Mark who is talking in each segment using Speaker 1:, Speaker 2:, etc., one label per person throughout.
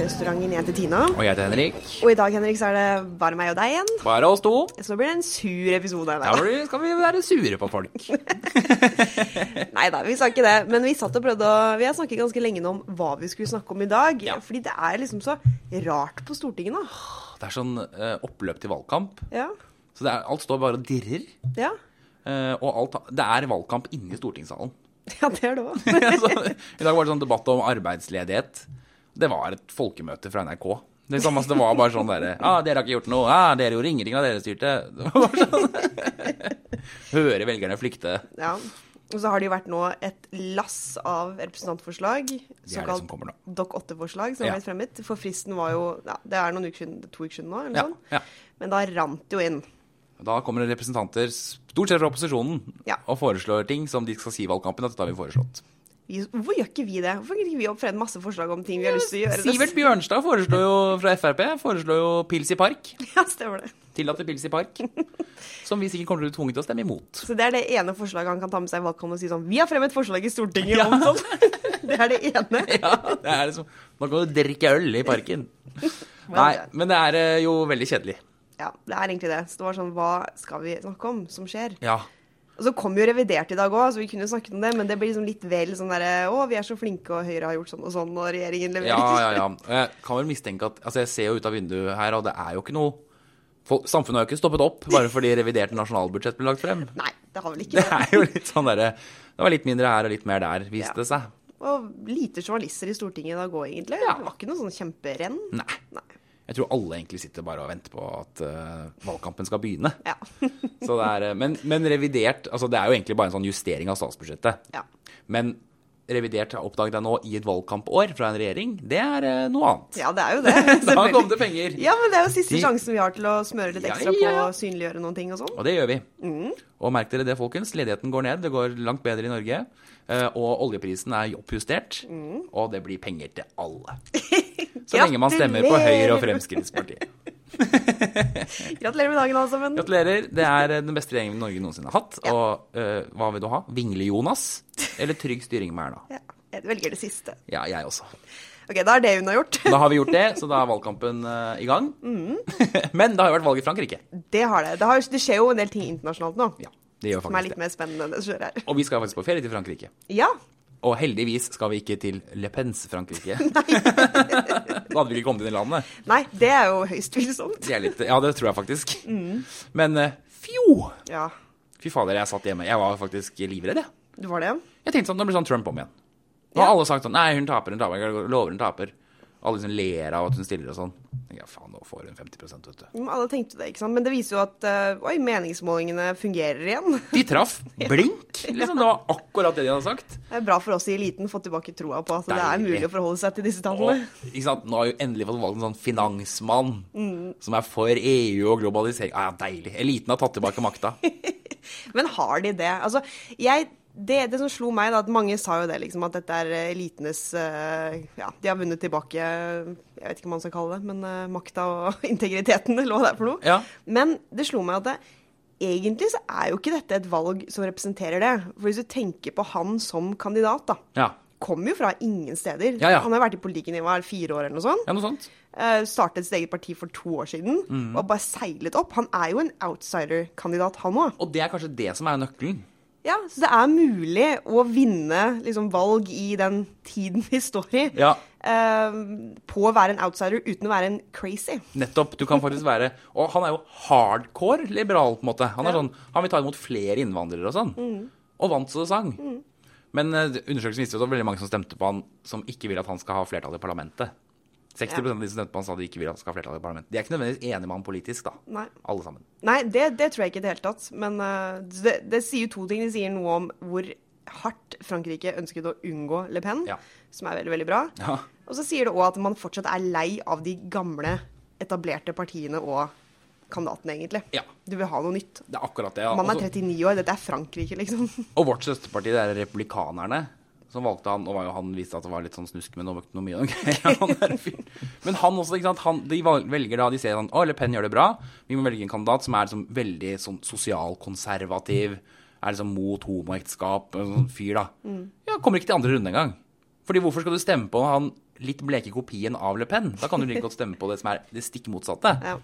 Speaker 1: restauranten. Jeg heter Tina.
Speaker 2: Og jeg heter Henrik.
Speaker 1: Og i dag Henrik, så er det bare meg og deg igjen.
Speaker 2: Bare oss to.
Speaker 1: Så nå blir det en sur episode.
Speaker 2: Da blir- skal vi være sure på folk.
Speaker 1: Nei da, vi sa ikke det. Men vi satt og prøvde å Vi har snakket ganske lenge nå om hva vi skulle snakke om i dag.
Speaker 2: Ja.
Speaker 1: Fordi det er liksom så rart på Stortinget nå.
Speaker 2: Det er sånn eh, oppløp til valgkamp.
Speaker 1: Ja.
Speaker 2: Så det er, alt står bare og dirrer.
Speaker 1: Ja,
Speaker 2: eh, og alt, det er valgkamp inne i stortingssalen.
Speaker 1: ja det er det òg.
Speaker 2: så, I dag var det sånn debatt om arbeidsledighet. Det var et folkemøte fra NRK. Det, samme, det var bare sånn derre ah, 'Dere har ikke gjort noe.' Ah, 'Dere gjorde ingenting da dere styrte.' Det var bare sånn. Høre velgerne flykte.
Speaker 1: Ja. Og så har det jo vært nå et lass av representantforslag.
Speaker 2: det som kommer nå.
Speaker 1: Dok 8-forslag som har
Speaker 2: Ja.
Speaker 1: blitt fremmet. For fristen var jo ja, Det er noen uker siden, to uker siden nå. eller
Speaker 2: Ja,
Speaker 1: sånn.
Speaker 2: ja.
Speaker 1: Men da rant det jo inn.
Speaker 2: Da kommer det representanter, stort sett fra opposisjonen,
Speaker 1: Ja.
Speaker 2: og foreslår ting som de skal si i valgkampen at dette har vi foreslått.
Speaker 1: Vi, hvorfor gjør ikke vi det? Hvorfor gir ikke vi opp frem masse forslag om ting vi har lyst til å gjøre?
Speaker 2: Sivert Bjørnstad foreslår jo fra Frp foreslår jo pils i park.
Speaker 1: Ja, stemmer det.
Speaker 2: Tillate pils i park. Som vi sikkert kommer til å bli tvunget til å stemme imot.
Speaker 1: Så det er det ene forslaget han kan ta med seg i valgkampen og si sånn Vi har fremmet forslag i Stortinget om sånn. Det er det ene.
Speaker 2: Ja, det er liksom Nå kan du drikke øl i parken. Nei, men det er eh, jo veldig kjedelig.
Speaker 1: Ja, det er egentlig det. Så det var sånn Hva skal vi snakke om som skjer?
Speaker 2: Ja.
Speaker 1: Og så kom jo revidert i dag òg, så vi kunne jo snakket om det, men det blir liksom litt vel sånn derre Å, vi er så flinke, og Høyre har gjort sånn og sånn, og regjeringen leverer.
Speaker 2: Ja, ja, ja. Og Jeg kan vel mistenke at Altså, jeg ser jo ut av vinduet her, og det er jo ikke noe folk, Samfunnet har jo ikke stoppet opp bare fordi revidert nasjonalbudsjett ble lagt frem.
Speaker 1: Nei, det har vel ikke
Speaker 2: Det
Speaker 1: det.
Speaker 2: er jo litt sånn derre Det var litt mindre her og litt mer der, viste det seg.
Speaker 1: Og lite journalister i Stortinget i dag òg, egentlig. Det var ikke noe sånn kjemperenn.
Speaker 2: Nei.
Speaker 1: Nei.
Speaker 2: Jeg tror alle egentlig sitter bare og venter på at eh, valgkampen skal begynne.
Speaker 1: Ja.
Speaker 2: Så det er, eh, men, men revidert altså Det er jo egentlig bare en sånn justering av statsbudsjettet.
Speaker 1: Ja.
Speaker 2: Men revidert har oppdaget jeg nå i et valgkampår fra en regjering. Det er eh, noe annet.
Speaker 1: ja, det er jo det.
Speaker 2: Da
Speaker 1: selvfølgelig.
Speaker 2: kom det penger.
Speaker 1: Ja, men det er jo siste
Speaker 2: De-
Speaker 1: sjansen vi har til å smøre litt
Speaker 2: Ja,
Speaker 1: ekstra
Speaker 2: ja, ja.
Speaker 1: på og synliggjøre noen ting og sånn.
Speaker 2: Og det gjør vi. Og merk dere det, folkens. Ledigheten går ned. Det går langt bedre i Norge. eh, Og oljeprisen er oppjustert.
Speaker 1: Mm.
Speaker 2: Og det blir penger til alle. Så lenge man stemmer på Høyre og Fremskrittspartiet.
Speaker 1: Gratulerer med dagen, alle sammen.
Speaker 2: Gratulerer. Det er eh, den beste regjeringen Norge noensinne har hatt. Og eh, hva vil du ha? Vingle-Jonas? Eller trygg styring med Erna?
Speaker 1: Ja, jeg velger det siste.
Speaker 2: Ja, jeg også.
Speaker 1: Ok, da er det unnagjort.
Speaker 2: Da har vi gjort det, så da er valgkampen eh, i gang. Men det har jo vært valg i Frankrike.
Speaker 1: Det har det. Det, har, det skjer jo en del ting internasjonalt nå.
Speaker 2: Ja, det gjør
Speaker 1: Som er
Speaker 2: faktisk
Speaker 1: litt
Speaker 2: det.
Speaker 1: mer spennende enn det som skjer her.
Speaker 2: Og vi skal faktisk på ferie til Frankrike.
Speaker 1: Ja,
Speaker 2: Og heldigvis skal vi ikke til Le Pens Frankrike. da hadde vi ikke kommet inn i landet.
Speaker 1: Nei, det er jo høyst tvilsomt.
Speaker 2: Det er litt, ja, det tror jeg faktisk. Men eh, fjo!
Speaker 1: Ja,
Speaker 2: Fy fader, jeg satt hjemme. Jeg var faktisk livredd, jeg.
Speaker 1: det var det.
Speaker 2: Jeg tenkte sånn, nå blir det sånn Trump om igjen. Nå har alle sagt sånn Nei, hun taper, hun taper. Jeg lover hun taper. Alle liksom ler av at hun stiller og sånn. Jeg tenker, Ja, faen, nå får hun 50 vet du.
Speaker 1: Mm, Alle tenkte det, ikke sant. Men det viser jo at eh, oi, meningsmålingene fungerer igjen.
Speaker 2: De traff blink! Liksom, det var akkurat det de hadde sagt.
Speaker 1: Det er bra for oss i eliten å få tilbake troa på at det er
Speaker 2: Deilig.
Speaker 1: mulig å forholde seg til disse
Speaker 2: Og
Speaker 1: tallene.
Speaker 2: ikke sant, nå har jo endelig fått valgt en sånn finansmann som er for EU og globalisering. Ah, ja, deilig. Eliten har tatt tilbake makta.
Speaker 1: Men har de det? Altså, jeg det, det som slo meg, da, at mange sa jo det, liksom, at dette er eh, elitenes eh, Ja, de har vunnet tilbake eh, Jeg vet ikke hva man skal kalle det, men eh, makta og integriteten, eller hva det er for noe.
Speaker 2: Ja.
Speaker 1: Men det slo meg at det, egentlig så er jo ikke dette et valg som representerer det. For hvis du tenker på han som kandidat, da.
Speaker 2: Ja.
Speaker 1: Kommer jo fra ingen steder.
Speaker 2: Ja, ja.
Speaker 1: Han har vært i politikken i hva er det, fire år eller noe sånt.
Speaker 2: ja, noe sånt.
Speaker 1: Eh, startet sitt eget parti for to år siden
Speaker 2: Mm.
Speaker 1: og bare seilet opp. Han er jo en outsider-kandidat, han òg.
Speaker 2: Og det er kanskje det som er nøkkelen.
Speaker 1: Ja, så det er mulig å vinne liksom, valg i den tiden vi står i,
Speaker 2: Ja.
Speaker 1: eh, på å være en outsider uten å være en crazy.
Speaker 2: Nettopp. Du kan faktisk være Og han er jo hardcore liberal, på en måte. Han, er
Speaker 1: Ja. Mm.
Speaker 2: sånn, han vil ta imot flere innvandrere og sånn. Og vant så det sang. Men eh, undersøkelsen viste jo at det var veldig mange som stemte på han som ikke vil at han skal ha flertall i parlamentet. 60 av de som stemte på han sa de ikke vil at han skal ha flertall i parlamentet. De er ikke nødvendigvis enige med han politisk, da.
Speaker 1: Nei.
Speaker 2: Alle sammen.
Speaker 1: Nei, det, det tror jeg ikke i det hele tatt. Men eh, det, det sier jo to ting. Det sier noe om hvor hardt Frankrike ønsket å unngå Le Pen,
Speaker 2: Ja.
Speaker 1: som er veldig, veldig bra.
Speaker 2: Ja.
Speaker 1: Og så sier det òg at man fortsatt er lei av de gamle, etablerte partiene og kandidatene, egentlig.
Speaker 2: Ja.
Speaker 1: Du vil ha noe nytt.
Speaker 2: Det er akkurat det. ja. altså-
Speaker 1: Man er
Speaker 2: Også-
Speaker 1: 39 år, dette er Frankrike, liksom.
Speaker 2: Og vårt søsterparti, det er Republikanerne, som valgte han. Og var jo han viste at det var litt sånn snusk med noe økonomi og greier. Han er en fyr. Men han også, ikke sant. Han, de val- velger da, de ser sånn Å, Le Pen gjør det bra. Vi må velge en kandidat som er liksom veldig sånn sosialkonservativ. Er liksom mot homoekteskap. En sånn fyr, da. Ja, kommer ikke til andre runde engang. Fordi hvorfor skal du stemme på han litt bleke kopien av Le Pen. Da kan du like godt stemme på det som er det stikk motsatte.
Speaker 1: Ja.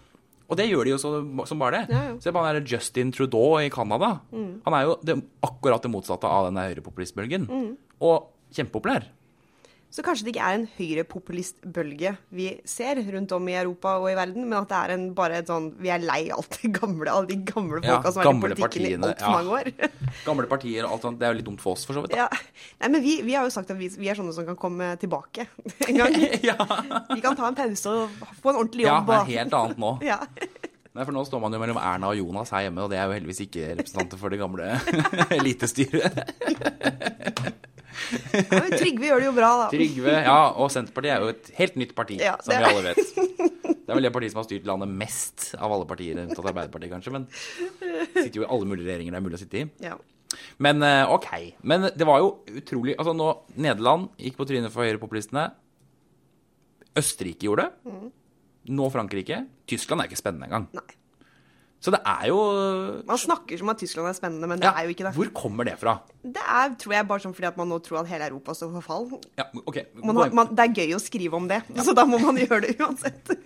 Speaker 2: Og det gjør de jo så, som bare det.
Speaker 1: Ja, Mm. ja.
Speaker 2: Se på han der Justin Trudeau i Canada. Han er jo det, akkurat det motsatte av den der høyrepopulistbølgen.
Speaker 1: Mm.
Speaker 2: Og kjempepopulær.
Speaker 1: Så kanskje det ikke er en høyrepopulistbølge vi ser rundt om i Europa og i verden, men at det er en, bare et sånn Vi er lei alt det gamle, alle de gamle folka
Speaker 2: Ja,
Speaker 1: som har vært
Speaker 2: gamle
Speaker 1: i politikken
Speaker 2: partiene,
Speaker 1: i altfor
Speaker 2: ja.
Speaker 1: mange år.
Speaker 2: Gamle partier og alt sånt. Det er jo litt dumt for oss, for så vidt. da.
Speaker 1: ja. Nei, men vi, vi har jo sagt at vi, vi er sånne som kan komme tilbake en gang. Vi kan ta en pause og få en ordentlig
Speaker 2: Ja,
Speaker 1: jobb.
Speaker 2: det
Speaker 1: og-
Speaker 2: er helt annet nå.
Speaker 1: ja.
Speaker 2: Nei, for nå står man jo mellom Erna og Jonas her hjemme, og det er jo heldigvis ikke representanter for det gamle elitestyret.
Speaker 1: Ja, men Trygve gjør det jo bra, da.
Speaker 2: Trygve, ja, og Senterpartiet er jo et helt nytt parti,
Speaker 1: Ja,
Speaker 2: som
Speaker 1: det-
Speaker 2: vi alle vet. Det er vel det partiet som har styrt landet mest av alle partier, unntatt Arbeiderpartiet kanskje, men sitter jo i alle mulige regjeringer det er mulig å sitte i.
Speaker 1: Ja.
Speaker 2: Men eh, ok. Men det var jo utrolig Altså, nå Nederland gikk på trynet for høyrepopulistene. Østerrike gjorde det. Nå Frankrike. Tyskland er ikke spennende engang.
Speaker 1: Nei.
Speaker 2: Så det er jo
Speaker 1: Man snakker som at Tyskland er spennende, men det
Speaker 2: Ja,
Speaker 1: er jo ikke det.
Speaker 2: Hvor kommer det fra?
Speaker 1: Det er, tror jeg, bare sånn fordi at man nå tror at hele Europa står for fall.
Speaker 2: Ja, ok.
Speaker 1: Man har, man, det er gøy å skrive om det, så da må man gjøre det uansett.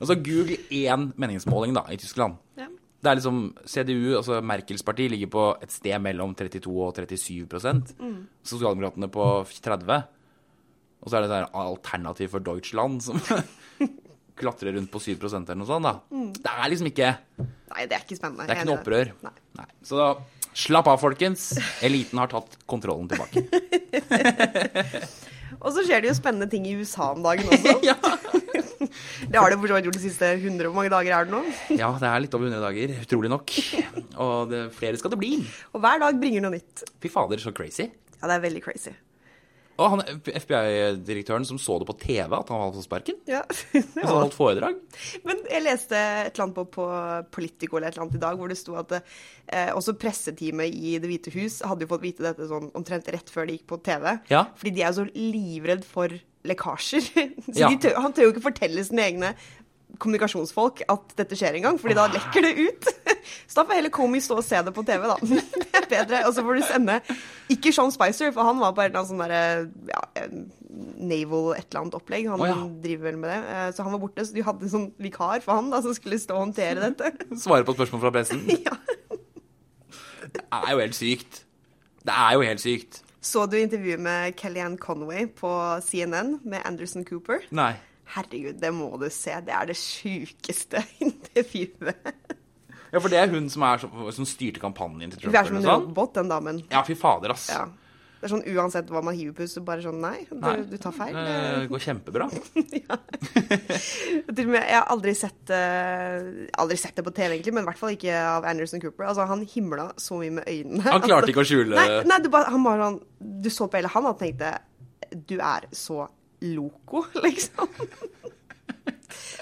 Speaker 2: Altså, Google én meningsmåling da, i Tyskland.
Speaker 1: Ja.
Speaker 2: Det er liksom CDU, altså Merkels parti, ligger på et sted mellom 32 og 37 Sosialdemokratene på 30 Og så er det der alternativ for Deutschland som klatrer rundt på 7 eller noe sånt. da. Det er liksom ikke
Speaker 1: Nei, det er ikke spennende.
Speaker 2: det er
Speaker 1: Jeg
Speaker 2: ikke
Speaker 1: enig
Speaker 2: noe
Speaker 1: i
Speaker 2: opprør.
Speaker 1: Nei.
Speaker 2: Nei. Så da, slapp av, folkens. Eliten har tatt kontrollen tilbake.
Speaker 1: Og så skjer det jo spennende ting i USA om dagen også.
Speaker 2: ja.
Speaker 1: Det har det for så vidt gjort de siste 100 Hvor mange dager er det nå?
Speaker 2: ja, det er litt over 100 dager, utrolig nok. Og det, flere skal det bli.
Speaker 1: Og hver dag bringer noe nytt.
Speaker 2: Fy fader, så crazy.
Speaker 1: Ja, det er veldig crazy.
Speaker 2: Og han FBI-direktøren som så det på TV at han hadde fått sparken.
Speaker 1: Ja.
Speaker 2: Og så holdt foredrag.
Speaker 1: Men jeg leste et eller annet på, på Politico eller et eller annet i dag, hvor det sto at eh, også presseteamet i Det hvite hus hadde jo fått vite dette sånn omtrent rett før de gikk på TV.
Speaker 2: Ja.
Speaker 1: Fordi de er jo så livredd for lekkasjer. Så
Speaker 2: Ja.
Speaker 1: de tør, han tør jo ikke fortelle sine egne kommunikasjonsfolk at dette skjer engang, fordi
Speaker 2: Ah.
Speaker 1: da lekker det ut. Så da får heller Comey stå og se det på TV, da. Det er bedre. Og så får du sende Ikke Sean Spicer, for han var på et eller annet sånn derre ja, en naval et eller annet opplegg. Han
Speaker 2: Å, ja.
Speaker 1: driver vel med det. Eh, Så han var borte, så de hadde en sånn vikar for han da, som skulle stå og håndtere dette.
Speaker 2: Svare på spørsmål fra pressen.
Speaker 1: Ja.
Speaker 2: Det er jo helt sykt. Det er jo helt sykt.
Speaker 1: Så du intervjuet med Kellyanne Conway på CNN med Anderson Cooper?
Speaker 2: Nei.
Speaker 1: Herregud, det må du se. Det er det sjukeste intervjuet.
Speaker 2: Ja, for det er hun som, er, som- som styrte kampanjen til Trump.
Speaker 1: Hun er
Speaker 2: eller
Speaker 1: som
Speaker 2: noe
Speaker 1: en
Speaker 2: sånt.
Speaker 1: robot, den damen.
Speaker 2: Ja, fy fader, ass.
Speaker 1: Ja. Det er sånn uansett hva man hiver på, så bare sånn nei, du,
Speaker 2: Nei.
Speaker 1: du tar feil.
Speaker 2: Eh, Det går kjempebra.
Speaker 1: Til og med, jeg har aldri sett, eh, aldri sett det på TV, egentlig, men i hvert fall ikke av Anderson Cooper. Altså, han himla så mye med øynene.
Speaker 2: Han klarte ikke å skjule-
Speaker 1: Nei, nei du, bare, han bare, sånn- du så på hele han og tenkte Du er så loco, liksom. det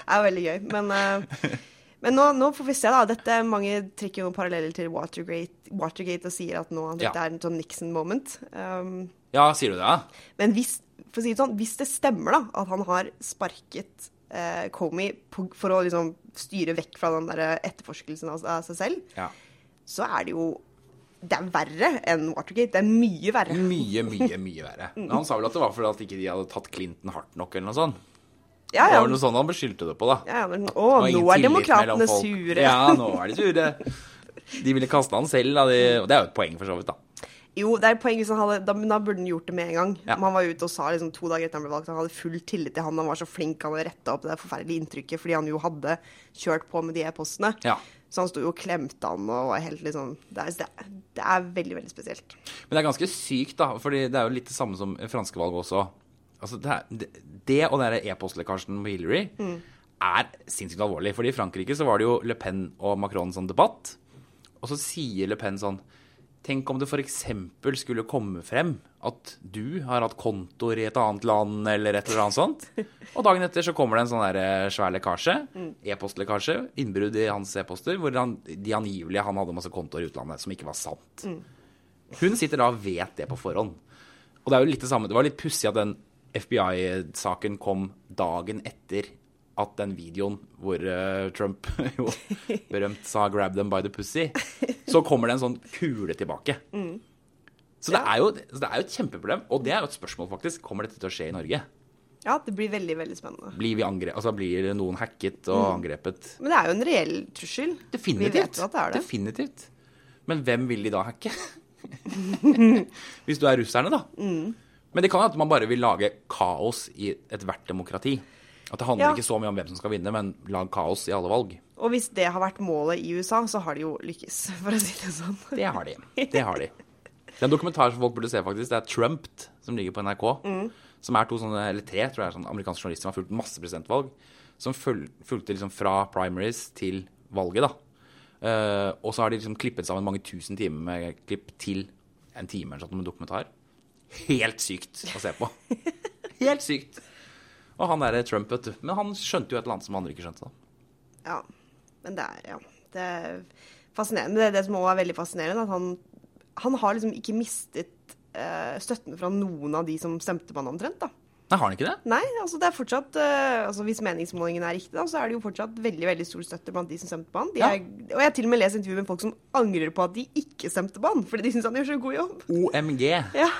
Speaker 1: er veldig gøy. Men, eh, men nå, nå får vi se, da. Dette, mange trekker jo paralleller til Watergate, Watergate og sier at nå dette
Speaker 2: Ja.
Speaker 1: er en sånn Nixon-moment. Um,
Speaker 2: Ja, sier du det? Ja?
Speaker 1: men hvis, for å si det sånn, hvis det stemmer da, at han har sparket eh, Comey på, for å liksom styre vekk fra den der etterforskelsen av, av seg selv,
Speaker 2: ja.
Speaker 1: så er det jo det er verre enn Watergate. Det er mye verre.
Speaker 2: Mye, mye, mye verre. Men han sa vel at det var fordi at ikke de hadde tatt Clinton hardt nok, eller noe sånt.
Speaker 1: Ja,
Speaker 2: Det
Speaker 1: ja.
Speaker 2: var vel noe sånt han beskyldte det på, da.
Speaker 1: ja, ja men,
Speaker 2: Det
Speaker 1: å,
Speaker 2: var
Speaker 1: nå
Speaker 2: ingen
Speaker 1: er
Speaker 2: tillit
Speaker 1: demokratene
Speaker 2: mellom folk.
Speaker 1: sure.
Speaker 2: Ja, nå er de sure. De ville kaste han selv, da. De, og det er jo et poeng, for så vidt, da.
Speaker 1: Jo, det er et poeng hvis han hadde, da, men da burde han gjort det med en gang.
Speaker 2: Ja.
Speaker 1: Men Han var ute og sa liksom, to dager etter han ble valgt, han hadde full tillit til han, han var så flink, han hadde retta opp det forferdelige inntrykket fordi han jo hadde kjørt på med de e-postene.
Speaker 2: Ja.
Speaker 1: Så han sto jo og klemte han og var helt liksom Det er, det er, det er veldig, veldig spesielt.
Speaker 2: Men det er ganske sykt, da, fordi det er jo litt det samme som franske valg også. Altså, det, er, det, det og den der e-postlekkasjen med Hillary er sinnssykt alvorlig. Fordi i Frankrike så var det jo Le Pen og Macron sånn debatt. Og så sier Le Pen sånn Tenk om det f.eks. skulle komme frem at du har hatt kontoer i et annet land, eller et eller annet sånt. Og dagen etter så kommer det en sånn der eh, svær lekkasje, e-postlekkasje, innbrudd i hans e-poster, hvor han, de angivelige han hadde masse kontoer i utlandet, som ikke var sant. Hun sitter da og vet det på forhånd. Og det er jo litt det samme. Det var litt pussig at den FBI-saken kom dagen etter at den videoen hvor eh, Trump jo berømt sa 'grab them by the pussy', så kommer det en sånn kule tilbake. Så det, er jo, så det er jo et kjempeproblem. Og det er jo et spørsmål, faktisk. Kommer dette til å skje i Norge?
Speaker 1: Ja, det blir veldig, veldig spennende.
Speaker 2: Blir, vi angre altså, blir noen hacket og angrepet?
Speaker 1: Men det er jo en reell trussel.
Speaker 2: Definitivt.
Speaker 1: Vi vet jo at det er det.
Speaker 2: Definitivt. Men hvem vil de da hacke? Hvis du er russerne, da.
Speaker 1: Mm.
Speaker 2: Men det kan jo at man bare vil lage kaos i ethvert demokrati. At det handler
Speaker 1: Ja.
Speaker 2: ikke så mye om hvem som skal vinne, men lag kaos i alle valg.
Speaker 1: Og hvis det har vært målet i USA, så har de jo lykkes, for å si det sånn.
Speaker 2: Det har de. Det har de. Det er en dokumentar som folk burde se, faktisk. Det er Trumped, som ligger på NRK. Som er to sånne, eller tre, tror jeg, sånne amerikanske journalister som har fulgt masse presidentvalg. Som føl- fulgte liksom fra primaries til valget, da. Eh, og så har de liksom klippet sammen mange tusen timer med klipp til en time eller sånt med dokumentar. Helt sykt å se på. Helt sykt. Og han derre Trump, vet du. Men han skjønte jo et eller annet som andre ikke skjønte, da.
Speaker 1: Ja. Men det er, ja. Det er fascinerende. Men det er det som også er veldig fascinerende, at han, han har liksom ikke mistet eh, støtten fra noen av de som stemte på han omtrent, da.
Speaker 2: Nei, har han ikke det?
Speaker 1: Nei, altså det er fortsatt eh, altså Hvis meningsmålingene er riktig, da, så er det jo fortsatt veldig veldig stor støtte blant de som stemte på han. De
Speaker 2: Ja.
Speaker 1: er, og jeg har til og med lest intervju med folk som angrer på at de ikke stemte på han, fordi de syns han gjør så god jobb.
Speaker 2: OMG.
Speaker 1: Ja.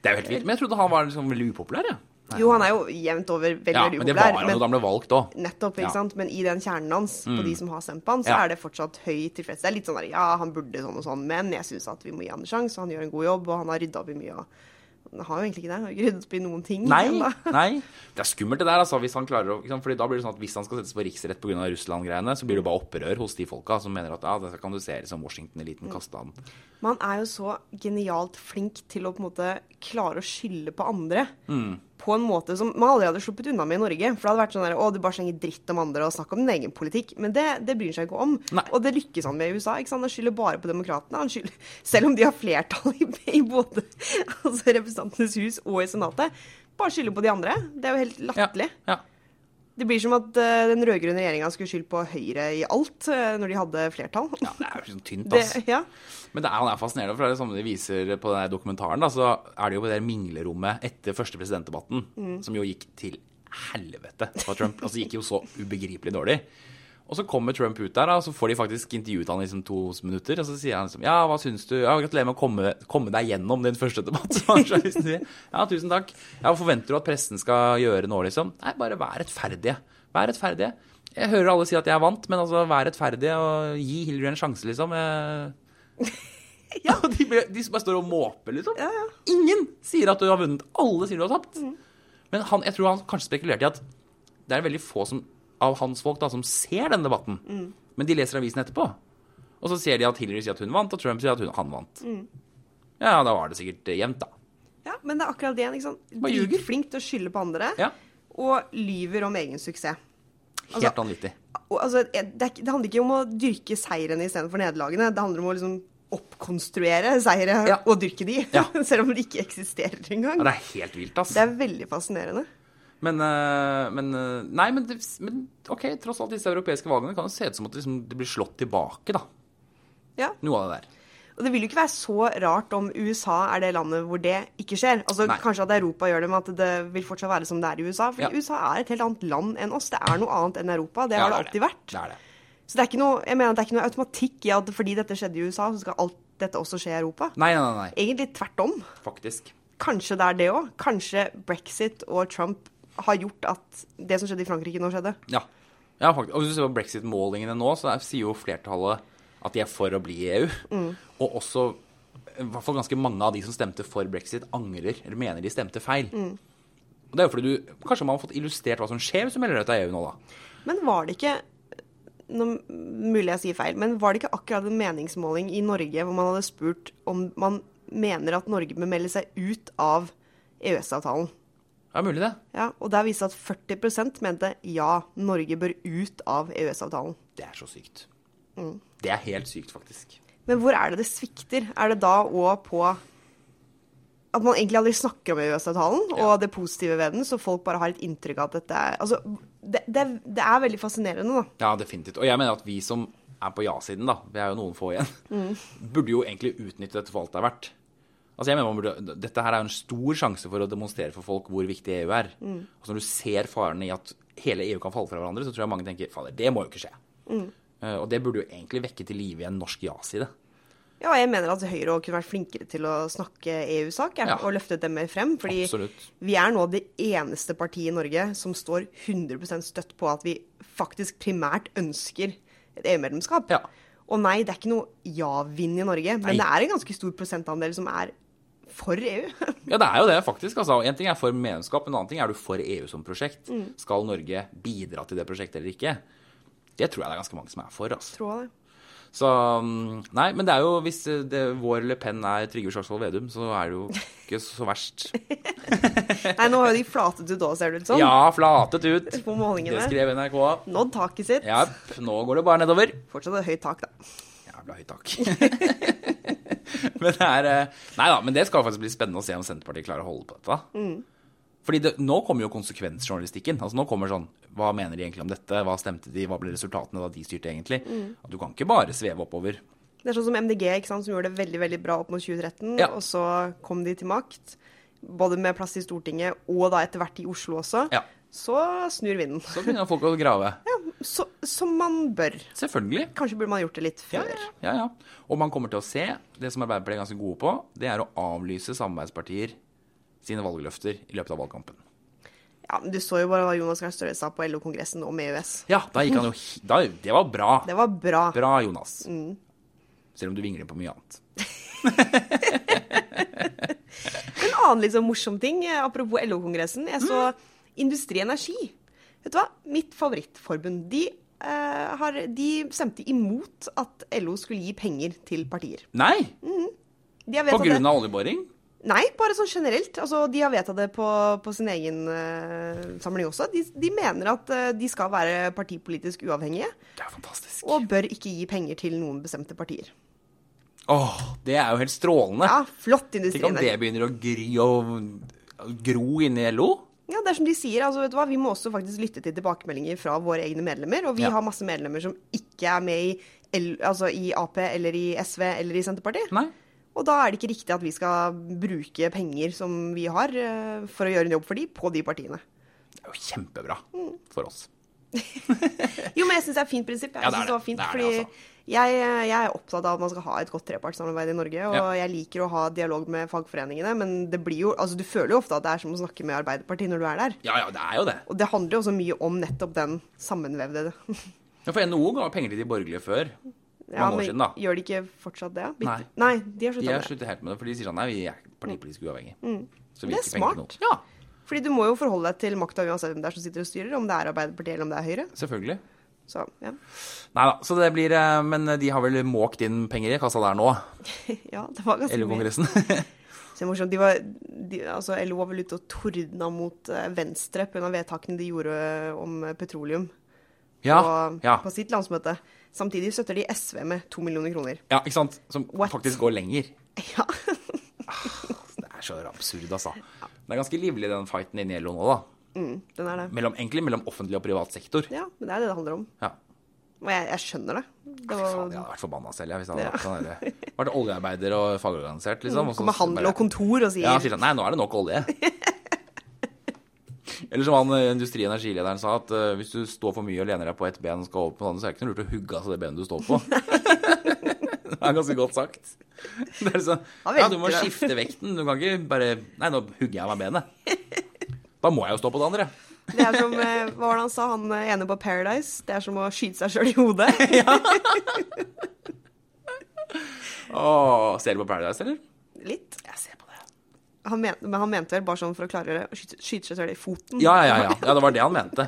Speaker 2: Det er jo helt vilt. Men jeg trodde han var liksom veldig upopulær, jeg.
Speaker 1: Jo, han er jo jevnt over veldig
Speaker 2: Ja,
Speaker 1: veldig
Speaker 2: men det var
Speaker 1: upopulær.
Speaker 2: han jo da han ble valgt òg.
Speaker 1: Nettopp, ikke
Speaker 2: Ja. Mm.
Speaker 1: sant? Men i den kjernen hans, på de som har stemt på han, så
Speaker 2: Ja.
Speaker 1: er det fortsatt høy tilfredshet. Det er litt sånn der, ja, han burde sånn og sånn, men jeg syns at vi må gi han en sjanse, og han gjør en god jobb, og han har rydda opp i mye av Han har jo egentlig ikke det, han har ikke ryddet opp i noen ting.
Speaker 2: Nei,
Speaker 1: ennå.
Speaker 2: nei. Det er skummelt det der, altså, hvis han klarer å ikke sant? Fordi da blir det sånn at hvis han skal settes på riksrett pga. Russland-greiene, så blir det bare opprør hos de folka som mener at ja, det kan du se liksom Washington-eliten kaste han.
Speaker 1: Men han er jo så genialt flink til å på en måte klare å skylde på andre.
Speaker 2: Mm.
Speaker 1: På en måte som man aldri hadde sluppet unna med i Norge. For det hadde vært sånn der, å, du bare slenger dritt om andre og snakker om din egen politikk. Men det, det bryr han seg ikke om.
Speaker 2: Nei.
Speaker 1: Og det lykkes han med i USA. ikke sant? Han skylder bare på demokratene. Han skylder, selv om de har flertall i, i både altså Representantenes hus og i Senatet. Bare skylder på de andre. Det er jo helt
Speaker 2: Ja,
Speaker 1: latterlig.
Speaker 2: ja.
Speaker 1: Det blir som at eh, den rød-grønne regjeringa skulle skylde på Høyre i alt eh, når de hadde flertall.
Speaker 2: ja, det er jo sånn tynt,
Speaker 1: Det,
Speaker 2: ass.
Speaker 1: ja.
Speaker 2: Men det er, han er fascinerende, for det er det samme de viser på den her dokumentaren. Da, så er det jo på det der minglerommet etter første presidentdebatten, som jo gikk til helvete for Trump. Altså gikk jo så ubegripelig dårlig. Og så kommer Trump ut der, da, og så får de faktisk intervjuet han i liksom to minutter. Og så sier han liksom Ja, hva syns du? Ja, gratulerer med å komme, komme deg gjennom din første debatt. som han så liksom sier. Ja, tusen takk. Ja, hva forventer du at pressen skal gjøre nå, liksom? Nei, bare vær rettferdige. Vær rettferdige. Jeg hører alle si at jeg vant, men altså, vær rettferdige og gi Hillary en sjanse, liksom. Eh, ja, og de, ble, de bare står og måper, liksom.
Speaker 1: Ja, Mm. ja.
Speaker 2: Ingen sier at du har vunnet. Alle sier du har tapt. Men han, jeg tror han kanskje spekulerte i at det er veldig få som, av hans folk da, som ser den debatten.
Speaker 1: Mm.
Speaker 2: Men de leser avisen etterpå. Og så ser de at Hillary sier at hun vant, og Trump sier at hun, han vant.
Speaker 1: Mm.
Speaker 2: Ja, da var det sikkert eh, jevnt, da.
Speaker 1: Ja, men det er akkurat det. Liksom,
Speaker 2: Bare ljuger.
Speaker 1: Flink til å skylde på andre,
Speaker 2: Ja.
Speaker 1: og lyver om egen suksess.
Speaker 2: Helt
Speaker 1: Altså-
Speaker 2: vanvittig.
Speaker 1: Og, altså, det, er, ikke- det handler ikke om å dyrke seirene istedenfor nederlagene. Det handler om å liksom, oppkonstruere seire
Speaker 2: Ja.
Speaker 1: og dyrke de,
Speaker 2: Ja.
Speaker 1: selv om de ikke eksisterer engang.
Speaker 2: Ja, det er helt vilt, ass.
Speaker 1: Det er veldig fascinerende.
Speaker 2: Men, eh, men eh, Nei, men, det, men OK, tross alt disse europeiske valgene kan jo se ut som at det, liksom, det blir slått tilbake, da.
Speaker 1: Ja.
Speaker 2: Noe av det der.
Speaker 1: Og det vil jo ikke være så rart om USA er det landet hvor det ikke skjer. Altså
Speaker 2: Nei.
Speaker 1: Kanskje at Europa gjør det, men at det vil fortsatt være som det er i USA. For
Speaker 2: Ja.
Speaker 1: USA er et helt annet land enn oss. Det er noe annet enn Europa. Det
Speaker 2: Ja,
Speaker 1: har det
Speaker 2: det er
Speaker 1: alltid vært.
Speaker 2: Det er det.
Speaker 1: Så det er ikke noe, jeg mener at det er ikke noe automatikk i at fordi dette skjedde i USA, så skal alt dette også skje i Europa.
Speaker 2: Nei, nei, nei. nei.
Speaker 1: Egentlig tvert om.
Speaker 2: Faktisk.
Speaker 1: Kanskje det er det òg. Kanskje brexit og Trump har gjort at det som skjedde i Frankrike nå, skjedde.
Speaker 2: Ja. ja faktisk. Og hvis du ser på brexit-målingene nå, så er, sier jo flertallet at de er for å bli i EU. Og også i hvert fall ganske mange av de som stemte for brexit, angrer eller mener de stemte feil. Og det er jo fordi du, Kanskje man har fått illustrert hva som skjer hvis du melder deg ut av EU nå, da.
Speaker 1: Men var det ikke nå, Mulig jeg sier feil, men var det ikke akkurat en meningsmåling i Norge hvor man hadde spurt om man mener at Norge bør melde seg ut av EØS-avtalen?
Speaker 2: Det er mulig, det.
Speaker 1: Ja, og der viste det at 40 mente ja, Norge bør ut av E EØS-avtalen.
Speaker 2: Det er så sykt. Det er helt sykt, faktisk.
Speaker 1: Men hvor er det det svikter? Er det da òg på at man egentlig aldri snakker om EØS-avtalen og det positive ved den, så folk bare har et inntrykk av at dette er Altså, det, det, det er veldig fascinerende, da.
Speaker 2: Ja, definitivt. Og jeg mener at vi som er på ja-siden, da, vi er jo noen få igjen, burde jo egentlig utnytte dette for alt det er verdt. Altså jeg mener man burde, Dette her er jo en stor sjanse for å demonstrere for folk hvor viktig EU er. Og så når du ser farene i at hele EU kan falle fra hverandre, så tror jeg mange tenker fader, det må jo ikke skje. Eh, Og det burde jo egentlig vekke til live i en norsk ja-side.
Speaker 1: Ja, jeg mener at Høyre også kunne vært flinkere til å snakke EU-sak jeg,
Speaker 2: Ja.
Speaker 1: og løftet dem mer frem. Fordi
Speaker 2: Absolutt.
Speaker 1: vi er nå det eneste partiet i Norge som står 100 støtt på at vi faktisk primært ønsker et EU-medlemskap.
Speaker 2: Ja.
Speaker 1: Og nei, det er ikke noe ja-vinn i Norge, men
Speaker 2: Nei.
Speaker 1: det er en ganske stor prosentandel som er for E EU.
Speaker 2: Ja, det er jo det, faktisk. Altså. En ting er for medlemskap, en annen ting er du for EU som prosjekt. Skal Norge bidra til det prosjektet eller ikke? Det tror jeg det er ganske mange som er for. Altså.
Speaker 1: Tror jeg det.
Speaker 2: Så mm, Nei, men det er jo hvis eh, det, vår Le Pen er Trygve Slagsvold Vedum, så er det jo ikke så verst.
Speaker 1: Nei, nå har jo de flatet ut òg, ser det ut som.
Speaker 2: Ja, flatet ut!
Speaker 1: På
Speaker 2: Det
Speaker 1: målingene.
Speaker 2: skrev NRK.
Speaker 1: Nådd taket sitt.
Speaker 2: Ja, nå går det bare nedover.
Speaker 1: Fortsatt et høyt tak, da.
Speaker 2: Jævla høyt tak. men det er eh, Nei da, men det skal faktisk bli spennende å se om Senterpartiet klarer å holde på dette. Fordi det, nå kommer jo konsekvensjournalistikken. Altså Nå kommer sånn Hva mener de egentlig om dette? Hva stemte de? Hva ble resultatene da de styrte, egentlig? At du kan ikke bare sveve oppover.
Speaker 1: Det er sånn som MDG, ikke sant, som gjorde det veldig veldig bra opp mot 2013.
Speaker 2: Ja.
Speaker 1: Og så kom de til makt, både med plass i Stortinget og da etter hvert i Oslo også.
Speaker 2: Ja.
Speaker 1: Så snur vinden.
Speaker 2: Så begynner folk å grave.
Speaker 1: Ja, så, som man bør.
Speaker 2: Selvfølgelig.
Speaker 1: Kanskje burde man gjort det litt
Speaker 2: Ja,
Speaker 1: før.
Speaker 2: ja, ja, ja. Og man kommer til å se, det som Arbeiderpartiet er ganske gode på, det er å avlyse samarbeidspartier sine valgløfter i løpet av valgkampen.
Speaker 1: Ja, men Du så jo bare hva Jonas Gahr Støre sa på LO-kongressen om EØS.
Speaker 2: Ja, da gikk han jo hi- da, Det Mm. var bra.
Speaker 1: Det var bra.
Speaker 2: Bra, Jonas. Selv om du vingler på mye annet.
Speaker 1: En annen litt sånn morsom ting, eh, apropos LO-kongressen. Jeg så
Speaker 2: Mm.
Speaker 1: Industri Energi. Vet du hva? Mitt favorittforbund. De, eh, har, de stemte imot at LO skulle gi penger til partier.
Speaker 2: Nei!
Speaker 1: De har
Speaker 2: På
Speaker 1: vedtatt det-
Speaker 2: grunn av oljeboring?
Speaker 1: Nei, bare sånn generelt. Altså, de har vedtatt det på, på sin egen eh, samling også. De, de mener at eh, de skal være partipolitisk uavhengige
Speaker 2: Det er fantastisk.
Speaker 1: og bør ikke gi penger til noen bestemte partier.
Speaker 2: Åh, det er jo helt strålende.
Speaker 1: Ja, flott
Speaker 2: Tenk om det
Speaker 1: industrienergi.
Speaker 2: begynner å gry og gro inni LO.
Speaker 1: Ja, det er som de sier, altså, vet du hva? vi må også faktisk lytte til tilbakemeldinger fra våre egne medlemmer. Og vi
Speaker 2: Ja.
Speaker 1: har masse medlemmer som ikke er med i, L, altså, i Ap eller i SV eller i Senterpartiet.
Speaker 2: Nei.
Speaker 1: Og da er det ikke riktig at vi skal bruke penger som vi har eh, for å gjøre en jobb for de, på de partiene.
Speaker 2: Det er jo kjempebra for oss.
Speaker 1: Jo, men jeg syns det er et fint prinsipp. Jeg
Speaker 2: Ja, det
Speaker 1: synes
Speaker 2: er
Speaker 1: det var
Speaker 2: det.
Speaker 1: fint,
Speaker 2: Det er det, altså.
Speaker 1: fordi jeg, jeg er opptatt av at man skal ha et godt trepartssamarbeid i Norge. Og
Speaker 2: Ja.
Speaker 1: jeg liker å ha dialog med fagforeningene, men det blir jo, altså, du føler jo ofte at det er som å snakke med Arbeiderpartiet når du er der.
Speaker 2: Ja, ja, det er jo det.
Speaker 1: Og det handler jo også mye om nettopp den sammenvevde
Speaker 2: Ja, for NHO ga penger til de borgerlige før. Mange
Speaker 1: Ja,
Speaker 2: år
Speaker 1: men
Speaker 2: siden, da.
Speaker 1: Gjør de ikke fortsatt det? Bitt-
Speaker 2: Nei.
Speaker 1: Nei, de har
Speaker 2: De
Speaker 1: slutta med det.
Speaker 2: har
Speaker 1: Mm.
Speaker 2: sluttet helt med det, for de sier sånn nei, vi er partipolitisk uavhengige. Så vi
Speaker 1: Det er
Speaker 2: gir ikke penger til
Speaker 1: smart.
Speaker 2: noen. Ja,
Speaker 1: Fordi du må jo forholde deg til makta uansett hvem det er som sitter og styrer, om det er Arbeiderpartiet eller om det er Høyre.
Speaker 2: selvfølgelig.
Speaker 1: Så ja,
Speaker 2: Nei da, så det blir eh, Men de har vel måkt inn penger i kassa der nå,
Speaker 1: ja det var ganske mye.
Speaker 2: LO-kongressen.
Speaker 1: Så det er morsomt. De var, de, altså, LO var vel ute og tordna mot eh, Venstre pga. vedtakene de gjorde om eh, petroleum
Speaker 2: ja,
Speaker 1: på,
Speaker 2: ja.
Speaker 1: på sitt landsmøte. Samtidig støtter de SV med to millioner kroner.
Speaker 2: Ja, ikke sant? Som
Speaker 1: What?
Speaker 2: faktisk går lenger.
Speaker 1: Ja.
Speaker 2: Det er så absurd, altså. Det er ganske livlig, den fighten inni LO nå, da.
Speaker 1: Mm, den er det.
Speaker 2: Mellom, egentlig mellom offentlig og privat sektor.
Speaker 1: Ja, men det er det det handler om.
Speaker 2: Ja.
Speaker 1: Og jeg, jeg skjønner det. det
Speaker 2: Fy faen, jeg
Speaker 1: var,
Speaker 2: hadde vært forbanna selv jeg, hvis jeg
Speaker 1: Ja. Mm.
Speaker 2: hadde vært sånn der- vært oljearbeider og fagorganisert, liksom. og så
Speaker 1: kommer handel
Speaker 2: bare-
Speaker 1: og kontor og sier
Speaker 2: Ja, sier sånn Nei, nå er det nok olje. Eller som han eh, industri- og energilederen sa, at eh, hvis du står for mye og lener deg på ett ben og skal over på noe annet, så er det ikke noe lurt å hugge av seg det benet du står på. det er ganske godt sagt. Det er sånn,
Speaker 1: Han
Speaker 2: ja, du må
Speaker 1: velter det.
Speaker 2: skifte vekten. Du kan ikke bare Nei, nå hugger jeg av meg benet. Da må jeg jo stå på det andre.
Speaker 1: Det er som eh, Hva var det han sa, han eh, ene på Paradise? Det er som å skyte seg sjøl i hodet.
Speaker 2: Åh, ser du på Paradise, eller?
Speaker 1: Litt.
Speaker 2: Jeg ser på det.
Speaker 1: Han men, men han mente vel bare sånn for å klargjøre å skyte, skyte seg sjøl i foten.
Speaker 2: Ja, ja, ja, ja. ja. Det var det han mente.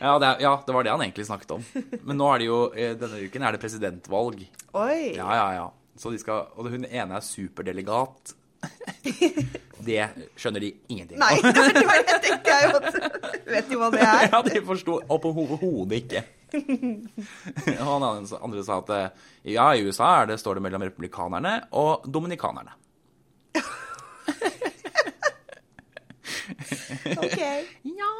Speaker 2: Ja det, er- ja, det var det han egentlig snakket om. Men nå er det jo eh, Denne uken er det presidentvalg.
Speaker 1: Oi.
Speaker 2: Ja, ja, ja. Så de skal, og hun ene er superdelegat. Det skjønner de ingenting av.
Speaker 1: Nei, det var det jeg tenkte jeg jo. at- Vet du hva det er?
Speaker 2: Ja, de forsto overhodet ikke. Og han andre- andre sa at eh, ja, i USA er det, står det mellom republikanerne og dominikanerne.
Speaker 1: Ok.
Speaker 2: Ja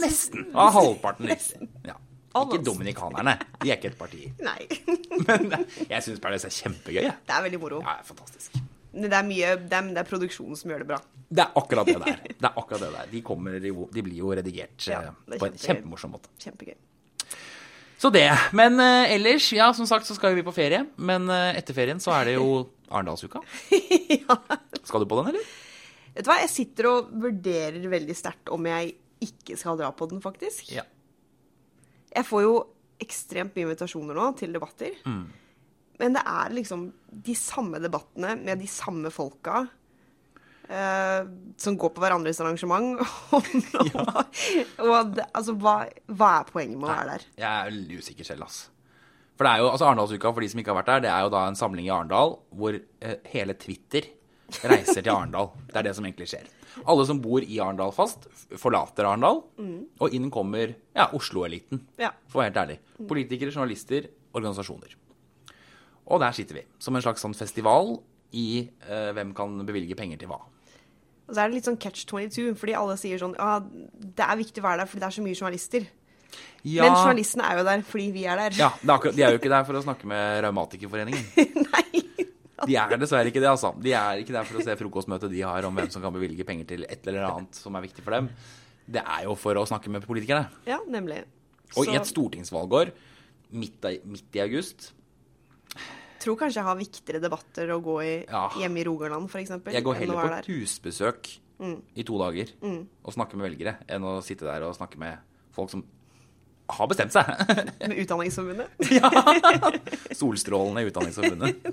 Speaker 2: Nesten. Ja, halvparten riktig. Ja. Ikke dominikanerne. De er ikke et parti.
Speaker 1: Nei.
Speaker 2: Men jeg syns Paradise er kjempegøy. jeg.
Speaker 1: Det er veldig moro.
Speaker 2: Ja, det er fantastisk.
Speaker 1: Men det er mye det er, det er produksjonen som gjør det bra.
Speaker 2: Det er akkurat det der. Det er akkurat det der. De, kommer, jo- de blir jo redigert eh,
Speaker 1: Ja, det er
Speaker 2: på en
Speaker 1: kjempegøy.
Speaker 2: kjempemorsom måte.
Speaker 1: Kjempegøy.
Speaker 2: Så det. Men eh, ellers, ja, som sagt så skal jo vi på ferie. Men eh, etter ferien så er det jo Arendalsuka.
Speaker 1: ja.
Speaker 2: Skal du på den, eller?
Speaker 1: Vet du hva, jeg sitter og vurderer veldig sterkt om jeg ikke skal dra på den, faktisk.
Speaker 2: Ja.
Speaker 1: Jeg får jo ekstremt mye invitasjoner nå til debatter.
Speaker 2: Mm.
Speaker 1: Men det er liksom de samme debattene med de samme folka. eh, som går på hverandres arrangement. og, og det, altså, hva, hva er poenget med å være der?
Speaker 2: Jeg er veldig usikker selv, ass. For det er jo, altså Arendalsuka, for de som ikke har vært der, det er jo da en samling i Arendal hvor eh, hele Twitter reiser til Arendal. Det er det som egentlig skjer. Alle som bor i Arendal fast, f- forlater Arendal,
Speaker 1: Mm.
Speaker 2: og inn kommer ja, Oslo-eliten.
Speaker 1: Ja.
Speaker 2: For å være helt ærlig. Politikere, journalister, organisasjoner. Og der sitter vi, som en slags sånn festival i eh, hvem kan bevilge penger til hva.
Speaker 1: Og så er det litt sånn catch 22, fordi alle sier sånn Ja, det er viktig å være der fordi det er så mye journalister.
Speaker 2: Ja,
Speaker 1: Men journalistene er jo der fordi vi er der.
Speaker 2: ja det er akkurat, de er jo ikke der for å snakke med Revmatikerforeningen.
Speaker 1: Nei.
Speaker 2: De er dessverre ikke det, altså. De er ikke der for å se frokostmøtet de har om hvem som kan bevilge penger til et eller annet som er viktig for dem. Det er jo for å snakke med politikerne.
Speaker 1: Ja, nemlig.
Speaker 2: Og i
Speaker 1: Så-
Speaker 2: et stortingsvalgår midt, av, midt i august
Speaker 1: tror kanskje jeg har viktigere debatter å gå i
Speaker 2: Ja.
Speaker 1: hjemme i Rogaland, f.eks.
Speaker 2: Jeg går heller på et husbesøk
Speaker 1: Mm.
Speaker 2: i to dager og snakker med velgere enn å sitte der og snakke med folk som har bestemt seg.
Speaker 1: Med Utdanningsforbundet.
Speaker 2: Solstrålene i Utdanningsforbundet.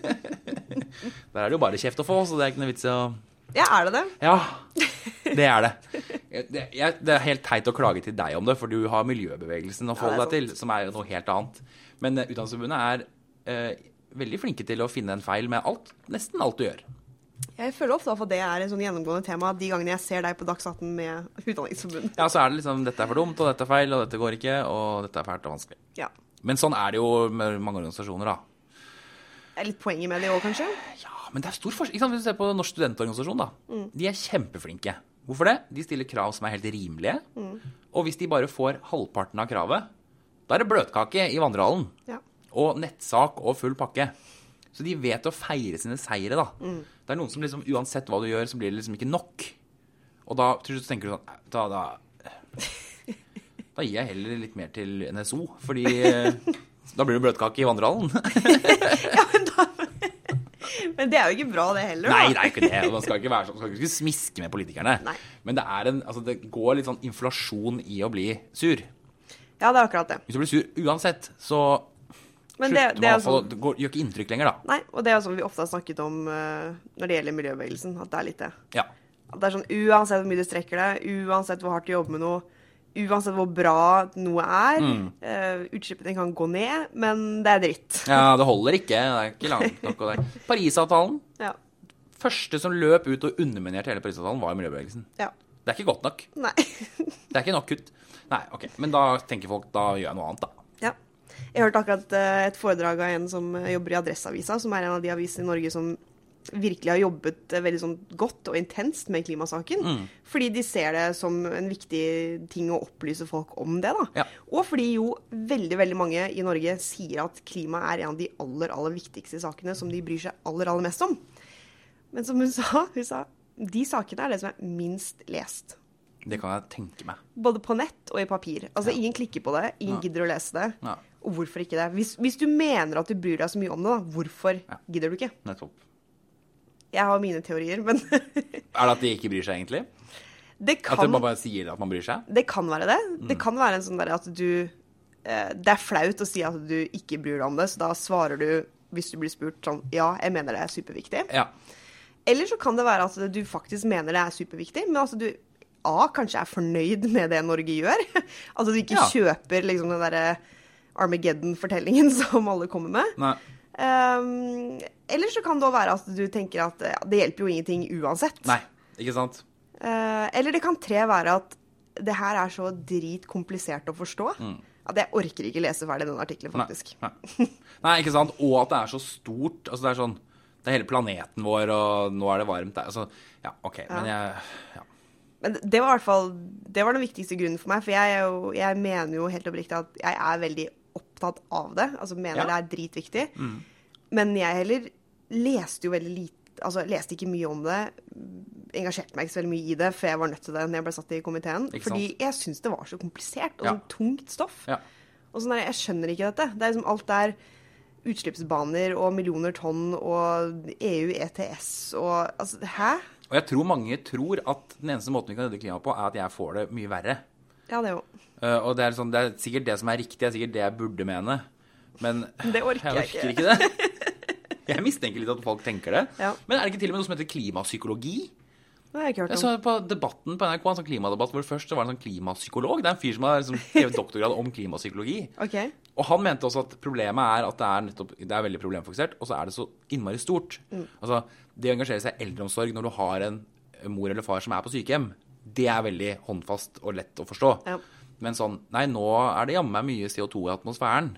Speaker 2: Der er det jo bare kjeft å få, så det er ikke noe vits i å
Speaker 1: Ja, er det det?
Speaker 2: Ja, det er det. Det, jeg, det er helt teit å klage til deg om det, for du har miljøbevegelsen å
Speaker 1: det
Speaker 2: forholde
Speaker 1: er
Speaker 2: deg til, som er noe helt annet. Men eh, Utdanningsforbundet er eh, veldig flinke til å finne en feil med alt, nesten alt du gjør.
Speaker 1: Jeg føler ofte at det er et sånn gjennomgående tema de gangene jeg ser deg på Dagsnytt 18 med Utdanningsforbundet.
Speaker 2: Ja, så er det liksom dette er for dumt, og dette er feil, og dette går ikke, og dette er fælt og vanskelig.
Speaker 1: Ja.
Speaker 2: Men sånn er det jo med mange organisasjoner, da.
Speaker 1: Det er litt poenget med det òg, kanskje.
Speaker 2: Ja, men det er stor forskjell. Ikke sant? Hvis du ser på Norsk studentorganisasjon, da. De er kjempeflinke. Hvorfor det? De stiller krav som er helt rimelige. Og hvis de bare får halvparten av kravet, da er det bløtkake i vandrehallen.
Speaker 1: Ja.
Speaker 2: Og nettsak og full pakke. Så de vet å feire sine seire, da. Det er noen som liksom, uansett hva du gjør, så blir det liksom ikke nok. Og da til slutt tenker du sånn "Nei, Da, da, da gir jeg heller litt mer til NSO, fordi eh, da blir det bløtkake i vandrehallen.
Speaker 1: Men det er jo ikke bra, det heller. da.
Speaker 2: Nei, det er ikke det. og Man skal ikke, være sånn, man skal ikke smiske med politikerne.
Speaker 1: Nei.
Speaker 2: Men det, er en, altså, det går litt sånn inflasjon i å bli sur.
Speaker 1: Ja, det er akkurat det.
Speaker 2: Hvis du blir sur uansett, så
Speaker 1: Men det,
Speaker 2: slutter
Speaker 1: det
Speaker 2: man
Speaker 1: er
Speaker 2: altså,
Speaker 1: sånn
Speaker 2: det går, gjør ikke inntrykk lenger, da.
Speaker 1: Nei, og det er jo sånn vi ofte har snakket om eh, når det gjelder miljøbevegelsen, at det er litt det.
Speaker 2: Ja.
Speaker 1: At det er sånn uansett hvor mye du strekker deg, uansett hvor hardt du jobber med noe, uansett hvor bra noe er,
Speaker 2: Mm.
Speaker 1: eh, utslippene kan gå ned, men det er dritt.
Speaker 2: ja, det holder ikke. Det er ikke langt nok. Og det. er- Parisavtalen.
Speaker 1: Ja.
Speaker 2: Første som løp ut og underminerte hele Parisavtalen, var miljøbevegelsen.
Speaker 1: ja.
Speaker 2: Det er ikke godt nok.
Speaker 1: Nei.
Speaker 2: Det er ikke nok kutt. Nei, ok. Men da tenker folk da gjør jeg noe annet, da.
Speaker 1: ja. Jeg hørte akkurat eh, et foredrag av en som eh, jobber i Adresseavisa, som er en av de avisene i Norge som virkelig har jobbet eh, veldig sånn godt og intenst med klimasaken. Fordi de ser det som en viktig ting å opplyse folk om det. da.
Speaker 2: Ja.
Speaker 1: Og fordi jo veldig veldig mange i Norge sier at klima er en av de aller, aller viktigste sakene som de bryr seg aller, aller mest om. Men som hun sa, hun sa de sakene er det som er minst lest.
Speaker 2: Det kan jeg tenke meg.
Speaker 1: Både på nett og i papir. Altså, Ingen klikker på det, ingen gidder å lese det.
Speaker 2: Ja.
Speaker 1: Og hvorfor ikke det? Hvis, hvis du mener at du bryr deg så mye om det, da, hvorfor gidder du ikke?
Speaker 2: Nettopp.
Speaker 1: Jeg har mine teorier, men
Speaker 2: Er det at de ikke bryr seg, egentlig?
Speaker 1: det
Speaker 2: At de
Speaker 1: kan,
Speaker 2: bare Mm. sier at man bryr seg?
Speaker 1: det kan være det. Det kan være en sånn der at du eh, Det er flaut å si at du ikke bryr deg om det, så da svarer du hvis du blir spurt sånn Ja, jeg mener det er superviktig.
Speaker 2: Ja.
Speaker 1: Eller så kan det være at du faktisk mener det er superviktig, men altså du A, kanskje er fornøyd med det Norge gjør. Altså du ikke
Speaker 2: Ja.
Speaker 1: kjøper liksom den derre Armageddon-fortellingen som alle kommer med.
Speaker 2: Nei.
Speaker 1: Um, eller så kan det også være at du tenker at eh, det hjelper jo ingenting uansett.
Speaker 2: Nei. Ikke sant?
Speaker 1: Eh, eller det kan tre være at det her er så dritkomplisert å forstå at jeg orker ikke lese ferdig den artikkelen, faktisk.
Speaker 2: Mm. Nei, nei. nei, ikke sant? Og at det er så stort. Altså, det er sånn Det er hele planeten vår, og nå er det varmt der. Altså, ja, OK. Men jeg ja.
Speaker 1: Men det var i hvert fall det var den viktigste grunnen for meg. For jeg, er jo, jeg mener jo helt oppriktig at jeg er veldig opptatt av det. Altså mener
Speaker 2: Ja. Mm.
Speaker 1: det er dritviktig. Men jeg heller leste jo veldig lite Altså leste ikke mye om det. Engasjerte meg ikke så veldig mye i det før jeg var nødt til det når jeg ble satt i komiteen.
Speaker 2: Ikke sant?
Speaker 1: Fordi jeg syns det var så komplisert og
Speaker 2: Ja.
Speaker 1: sånn tungt stoff.
Speaker 2: Ja.
Speaker 1: Og sånn der, jeg skjønner ikke dette. Det er liksom alt der utslippsbaner og millioner tonn og E EU ETS og altså, Hæ?
Speaker 2: Og jeg tror mange tror at den eneste måten vi kan redde klimaet på, er at jeg får det mye verre.
Speaker 1: Ja, det er jo
Speaker 2: Eh, og det er, sånn, det er sikkert det som er riktig, det er sikkert det jeg burde mene. Men
Speaker 1: Det orker jeg
Speaker 2: orker
Speaker 1: ikke.
Speaker 2: ikke det. Jeg mistenker litt at folk tenker det.
Speaker 1: Ja.
Speaker 2: Men er det ikke til og med noe som heter klimapsykologi?
Speaker 1: Det har jeg ikke
Speaker 2: Jeg
Speaker 1: hørt
Speaker 2: så
Speaker 1: om.
Speaker 2: på Debatten på NRK, en sånn klimadebatt, hvor det først så var det en sånn klimapsykolog. Det er en fyr som har liksom skrevet doktorgrad om klimapsykologi.
Speaker 1: OK.
Speaker 2: Og han mente også at problemet er at det er, nettopp, det er veldig problemfokusert, og så er det så innmari stort.
Speaker 1: Mm.
Speaker 2: Altså, det å engasjere seg i eldreomsorg når du har en mor eller far som er på sykehjem, det er veldig håndfast og lett å forstå.
Speaker 1: Ja.
Speaker 2: Men sånn Nei, nå er det jammen meg mye CO2 i atmosfæren.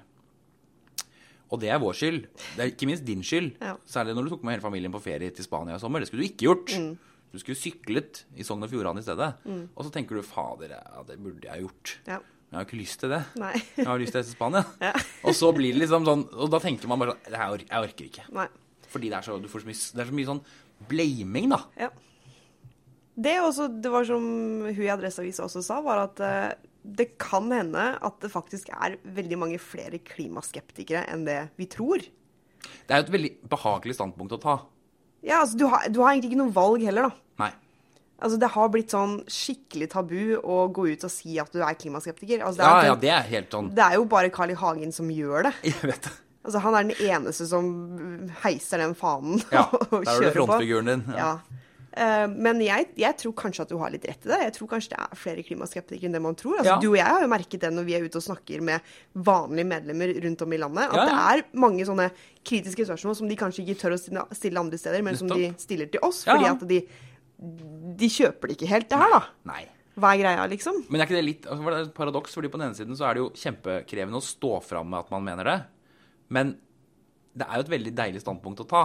Speaker 2: Og det er vår skyld. Det er ikke minst din skyld.
Speaker 1: Ja.
Speaker 2: Særlig når du tok med hele familien på ferie til Spania i sommer. Det skulle du ikke gjort.
Speaker 1: Mm.
Speaker 2: Du skulle syklet i Sogn og Fjordane i stedet. Og så tenker du fader, ja, det burde jeg gjort.
Speaker 1: Ja.
Speaker 2: Men jeg har jo ikke lyst til det.
Speaker 1: Nei.
Speaker 2: Jeg har lyst til å reise til Spania.
Speaker 1: Ja.
Speaker 2: Og så blir det liksom sånn Og da tenker man bare sånn "Det her or- Jeg orker ikke.
Speaker 1: Nei.
Speaker 2: Fordi det er så, du får så mye, det er så mye sånn blaming, da.
Speaker 1: Ja. Det, er også, det var som hun i Adresseavisa også sa, var at eh, det kan hende at det faktisk er veldig mange flere klimaskeptikere enn det vi tror.
Speaker 2: Det er jo et veldig behagelig standpunkt å ta.
Speaker 1: Ja, altså, du har, du har egentlig ikke noe valg heller, da.
Speaker 2: Nei.
Speaker 1: Altså, det har blitt sånn skikkelig tabu å gå ut og si at du er klimaskeptiker. Altså, det,
Speaker 2: Ja,
Speaker 1: er,
Speaker 2: ja, det er helt sånn
Speaker 1: det er jo bare Carl I. Hagen som gjør det.
Speaker 2: Jeg vet det.
Speaker 1: Altså, han er den eneste som heiser den fanen
Speaker 2: Ja,
Speaker 1: og
Speaker 2: der har du
Speaker 1: kjører på.
Speaker 2: frontfiguren din.
Speaker 1: Ja. Eh, Men jeg, jeg tror kanskje at du har litt rett i det. Jeg tror kanskje det er flere klimaskeptikere enn det man tror. Altså,
Speaker 2: Ja.
Speaker 1: Du og jeg har jo merket det når vi er ute og snakker med vanlige medlemmer rundt om i landet, at
Speaker 2: Ja, ja.
Speaker 1: det er mange sånne kritiske spørsmål som de kanskje ikke tør å stille stille andre steder, men som de
Speaker 2: Nettopp.
Speaker 1: stiller til oss,
Speaker 2: Ja,
Speaker 1: fordi
Speaker 2: ja.
Speaker 1: at de, de kjøper det ikke helt, det her, da.
Speaker 2: Nei.
Speaker 1: Hva er greia, liksom?
Speaker 2: Men er ikke det litt altså, for Det er et paradoks, fordi på den ene siden så er det jo kjempekrevende å stå fram med at man mener det. Men det er jo et veldig deilig standpunkt å ta.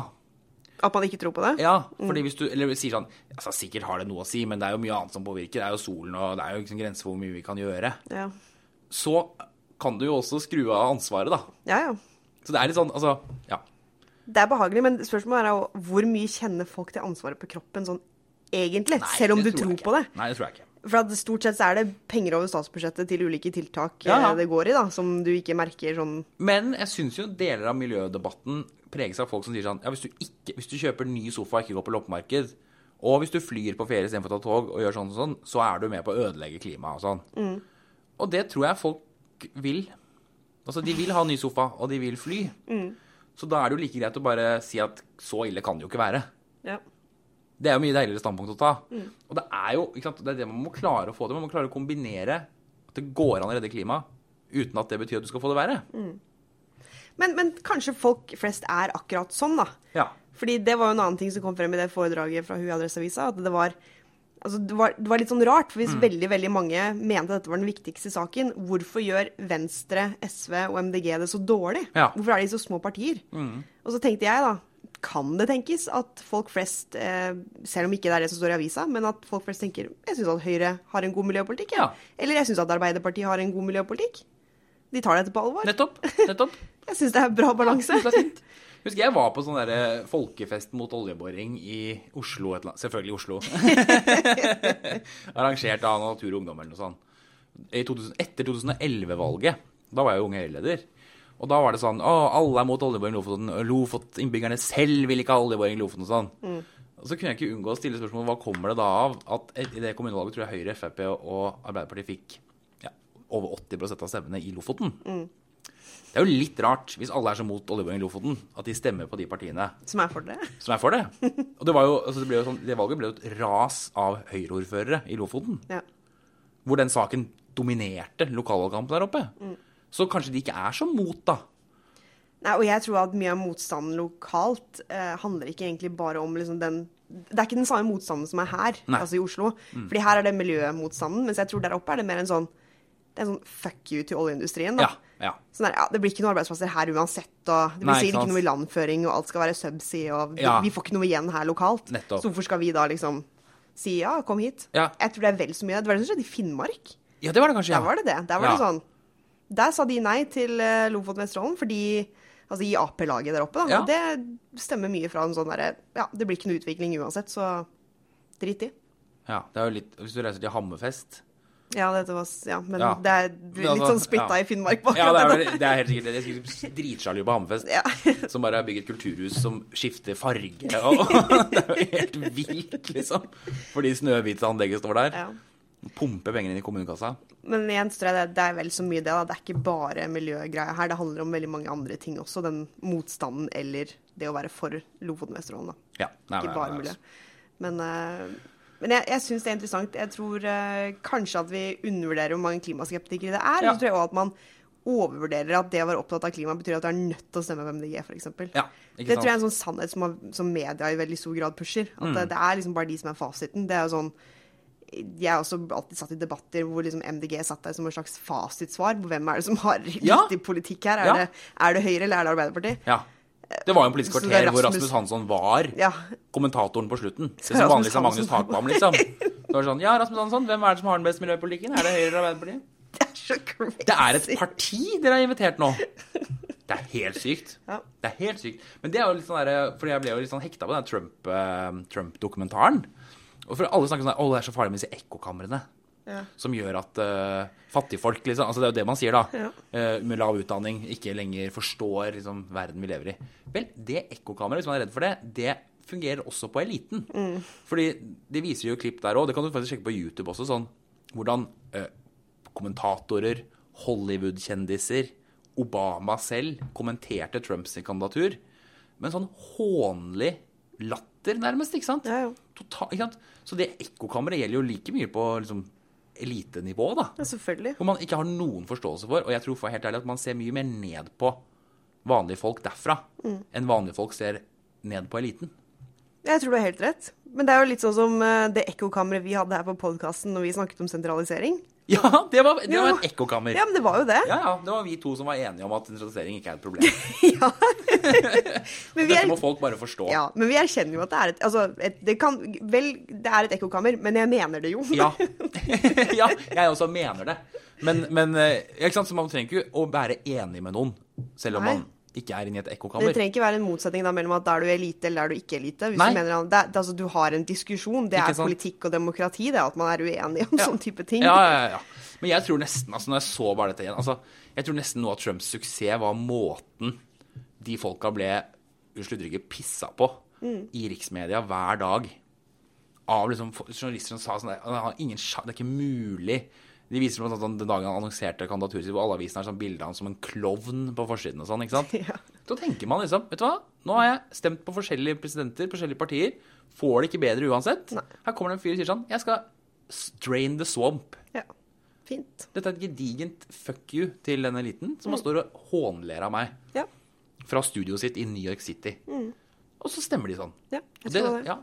Speaker 1: At man ikke tror på det?
Speaker 2: Ja,
Speaker 1: Mm.
Speaker 2: fordi hvis du eller sier sånn altså Sikkert har det noe å si, men det er jo mye annet som påvirker. Det er jo solen, og det er jo ikke en grense for hvor mye vi kan gjøre.
Speaker 1: Ja,
Speaker 2: Så kan du jo også skru av ansvaret, da.
Speaker 1: ja. ja.
Speaker 2: Så det er litt sånn, altså Ja.
Speaker 1: Det er behagelig, men spørsmålet er jo hvor mye kjenner folk det ansvaret på kroppen sånn egentlig?
Speaker 2: Nei,
Speaker 1: selv om du
Speaker 2: det
Speaker 1: tror
Speaker 2: jeg ikke.
Speaker 1: på det.
Speaker 2: Nei, det tror jeg ikke.
Speaker 1: For at stort sett så er det penger over statsbudsjettet til ulike tiltak
Speaker 2: Ja, ja.
Speaker 1: eh, det går i, da, som du ikke merker sånn
Speaker 2: Men jeg syns jo deler av miljødebatten preges av folk som sier sånn Ja, hvis du, ikke, hvis du kjøper ny sofa og ikke går på loppemarked, og hvis du flyr på ferie istedenfor å ta tog og gjør sånn og sånn, så er du med på å ødelegge klimaet og sånn.
Speaker 1: Mm.
Speaker 2: Og det tror jeg folk vil. Altså, de vil ha ny sofa, og de vil fly.
Speaker 1: Mm.
Speaker 2: Så da er det jo like greit å bare si at så ille kan det jo ikke være.
Speaker 1: ja.
Speaker 2: Det er jo mye deiligere standpunkt å ta. Og det er jo ikke sant, det er det man må klare å få til. Man må klare å kombinere at det går an å redde klimaet uten at det betyr at du skal få det verre.
Speaker 1: men, men kanskje folk flest er akkurat sånn, da.
Speaker 2: Ja.
Speaker 1: Fordi det var jo en annen ting som kom frem i det foredraget fra Hu i Adresseavisa, at det var Altså, det var, det var litt sånn rart, for hvis
Speaker 2: Mm.
Speaker 1: veldig veldig mange mente dette var den viktigste saken, hvorfor gjør Venstre, SV og MDG det så dårlig?
Speaker 2: Ja. Mm.
Speaker 1: Hvorfor er de så små partier? Og så tenkte jeg da, kan det tenkes at folk flest, eh, selv om ikke det er det som står i avisa, men at folk flest tenker jeg syns at Høyre har en god miljøpolitikk, jeg».
Speaker 2: Ja.
Speaker 1: eller jeg syns at Arbeiderpartiet har en god miljøpolitikk. De tar dette på alvor.
Speaker 2: Nettopp. Nettopp.
Speaker 1: Jeg syns det er bra balanse.
Speaker 2: Det er fint. Husker jeg var på sånn derre folkefest mot oljeboring i Oslo et eller annet. Selvfølgelig Oslo. Arrangert av Natur og Ungdom eller noe sånt. I 2000, etter 2011-valget. Da var jeg jo unge Høyre-leder. Og da var det sånn Å, alle er mot oljeboring i Lofoten. og Lofot-innbyggerne selv vil ikke ha oljeboring i Lofoten og sånn. Og så kunne jeg ikke unngå å stille spørsmålet hva kommer det da av at i det kommunevalget tror jeg Høyre, Frp og Arbeiderpartiet fikk ja, over 80 av stemmene i Lofoten. Det er jo litt rart, hvis alle er så mot oljeboring i Lofoten, at de stemmer på de partiene
Speaker 1: Som er for det.
Speaker 2: som er for det. Og det, var jo, altså det, ble jo sånn, det valget ble jo et ras av Høyre-ordførere i Lofoten,
Speaker 1: Ja.
Speaker 2: hvor den saken dominerte lokalvalgkampen der oppe.
Speaker 1: Mm.
Speaker 2: Så kanskje de ikke er så mot, da.
Speaker 1: Nei, og jeg tror at mye av motstanden lokalt eh, handler ikke egentlig bare om liksom den Det er ikke den samme motstanden som er her,
Speaker 2: Nei. Mm.
Speaker 1: altså i Oslo. Fordi her er det miljømotstanden, mens jeg tror der oppe er det mer en sånn det er en sånn fuck you til oljeindustrien. da.
Speaker 2: Ja, ja.
Speaker 1: Sånn der, ja, Det blir ikke noen arbeidsplasser her uansett. og Det blir
Speaker 2: Nei, ikke
Speaker 1: sikkert
Speaker 2: sant.
Speaker 1: ikke noe ilandføring, og alt skal være subsea, og vi,
Speaker 2: Ja.
Speaker 1: vi får ikke noe igjen her lokalt.
Speaker 2: Nettopp.
Speaker 1: Så hvorfor skal vi da liksom si ja, kom hit?
Speaker 2: Ja.
Speaker 1: Jeg tror det er vel så mye. Det var det som skjedde i Finnmark.
Speaker 2: Ja, det var det kanskje.
Speaker 1: Der var det det. Der var
Speaker 2: Ja.
Speaker 1: det sånn. Der sa de nei til eh, Lofoten Vesterålen fordi Altså i Ap-laget der oppe, da.
Speaker 2: Ja.
Speaker 1: Og det stemmer mye fra en sånn derre Ja, det blir ikke noe utvikling uansett, så drit i.
Speaker 2: Ja, det er jo litt, Hvis du reiser til Hammerfest,
Speaker 1: Ja, dette var s- Ja, men
Speaker 2: Ja.
Speaker 1: det er
Speaker 2: Men altså,
Speaker 1: litt sånn splitta
Speaker 2: ja.
Speaker 1: i Finnmark på
Speaker 2: Ja, det er,
Speaker 1: akkurat
Speaker 2: vel, det er helt sikkert det. Jeg er sikkert dritsjalu på Hammerfest,
Speaker 1: Ja.
Speaker 2: som bare har bygd et kulturhus som skifter farge. Og, det er jo helt vilt, liksom. Fordi Snøhvit-anlegget står der.
Speaker 1: Ja.
Speaker 2: Pumper penger inn i kommunekassa.
Speaker 1: Men igjen så tror jeg det, det er vel så mye det, da. Det er ikke bare miljøgreia her. Det handler om veldig mange andre ting også. Den motstanden eller det å være for Lofoten, Vesterålen, da.
Speaker 2: Ja, nei,
Speaker 1: Ikke
Speaker 2: nei, altså.
Speaker 1: bare
Speaker 2: nei,
Speaker 1: miljø. Men, eh, men jeg, jeg syns det er interessant. Jeg tror eh, kanskje at vi undervurderer hvor mange klimaskeptikere det er.
Speaker 2: Ja.
Speaker 1: Og så tror jeg òg at man overvurderer at det å være opptatt av klima betyr at du er nødt til å stemme på MDG, f.eks.
Speaker 2: Ja, ikke
Speaker 1: det tror jeg er
Speaker 2: sant? Mm.
Speaker 1: en sånn sannhet som, har- som media i veldig stor grad pusher. At det, det er liksom bare de som er fasiten. Det er jo sånn jeg har også alltid satt i debatter hvor liksom MDG satt der som et slags fasitsvar på hvem er det som har riktig
Speaker 2: Ja.
Speaker 1: politikk her. Er,
Speaker 2: Ja.
Speaker 1: det, er det Høyre eller er det Arbeiderpartiet?
Speaker 2: Ja. Det var jo en Politisk
Speaker 1: Så det er
Speaker 2: kvarter hvor
Speaker 1: Rasmus-
Speaker 2: Rasmus Hansson var
Speaker 1: Ja.
Speaker 2: kommentatoren på slutten. Det
Speaker 1: Skal Rasmus
Speaker 2: som vanligvis er Magnus
Speaker 1: Hansson-
Speaker 2: Takvam, liksom. Det var sånn, ja, Rasmus Hansson, hvem er det som har den beste miljøpolitikken? Er det Høyre eller Arbeiderpartiet?
Speaker 1: Det er så crazy.
Speaker 2: Det er et parti dere har invitert nå. Det er helt sykt.
Speaker 1: Ja.
Speaker 2: Det er helt sykt. Men det er jo litt sånn der, fordi jeg ble jo litt sånn hekta på den Trump, eh, Trump-dokumentaren. og for alle snakker sånn Å, det er så farlig med disse ekkokamrene.
Speaker 1: Ja.
Speaker 2: Som gjør at eh, fattigfolk, liksom Altså, det er jo det man sier, da.
Speaker 1: Ja.
Speaker 2: eh, med lav utdanning ikke lenger forstår liksom, verden vi lever i. Vel, det ekkokammeret, hvis man er redd for det, det fungerer også på eliten.
Speaker 1: Mm.
Speaker 2: Fordi det viser jo klipp der òg. Det kan du faktisk sjekke på YouTube også. Sånn hvordan eh, kommentatorer, Hollywood-kjendiser, Obama selv kommenterte Trumps kandidatur med en sånn hånlig latter, nærmest. ikke sant?
Speaker 1: Ja, ja.
Speaker 2: Total, ikke sant? Så det ekkokammeret gjelder jo like mye på liksom, elitenivå, da.
Speaker 1: Ja, selvfølgelig.
Speaker 2: Hvor man ikke har noen forståelse for. Og jeg tror for helt ærlig at man ser mye mer ned på vanlige folk derfra
Speaker 1: Mm.
Speaker 2: enn vanlige folk ser ned på eliten.
Speaker 1: Jeg tror du har helt rett. Men det er jo litt sånn som eh, det ekkokammeret vi hadde her på podkasten når vi snakket om sentralisering.
Speaker 2: Ja, det var, det var
Speaker 1: Jo.
Speaker 2: et ekkokammer.
Speaker 1: Ja, men det var jo det.
Speaker 2: Ja, ja. Det var vi to som var enige om at sentralisering ikke er et problem.
Speaker 1: Ja. men, vi
Speaker 2: Dette
Speaker 1: er,
Speaker 2: må folk bare forstå.
Speaker 1: ja, men vi erkjenner jo at det er et Altså, et, det kan Vel, det er et ekkokammer, men jeg mener det jo.
Speaker 2: Ja. ja, jeg også mener det. Men, men eh, ikke sant? Så man trenger ikke å være enig med noen, selv om
Speaker 1: Nei.
Speaker 2: man ikke er inne i et
Speaker 1: Det
Speaker 2: ekkokammer.
Speaker 1: trenger ikke være en motsetning da mellom at der du er elite eller der du ikke er elite. Hvis
Speaker 2: Nei.
Speaker 1: du mener at det, er- det, altså, du har en diskusjon. Det
Speaker 2: Ikke
Speaker 1: er
Speaker 2: sant?
Speaker 1: politikk og demokrati, det at man er uenig om
Speaker 2: Ja.
Speaker 1: sånne type ting.
Speaker 2: Ja, ja, ja. Men jeg tror nesten, altså når jeg så bare dette igjen, altså, jeg tror nesten noe av Trumps suksess var måten de folka ble, unnskyld uttrykket, pissa på
Speaker 1: Mm.
Speaker 2: i riksmedia hver dag. Av liksom fo- journalister som sa sånn der, han har ingen sja- det er ikke mulig. De viser blant annet sånn den dagen han annonserte kandidaturet sitt, hvor alle avisene har sånn bilde av han som en klovn på forsiden og sånn, ikke sant?
Speaker 1: Ja.
Speaker 2: Da tenker man liksom, vet du hva, nå har jeg stemt på forskjellige presidenter, forskjellige partier, får det ikke bedre uansett. Her kommer det en fyr og sier sånn, jeg skal strain the swamp.
Speaker 1: Ja. Fint.
Speaker 2: Dette er et gedigent fuck you til den eliten, som
Speaker 1: Mm.
Speaker 2: bare står og hånler av meg
Speaker 1: Ja.
Speaker 2: fra studioet sitt i New York City. Og så stemmer de sånn.
Speaker 1: ja
Speaker 2: Og
Speaker 1: Mm. jeg
Speaker 2: det,
Speaker 1: tror det.
Speaker 2: ja.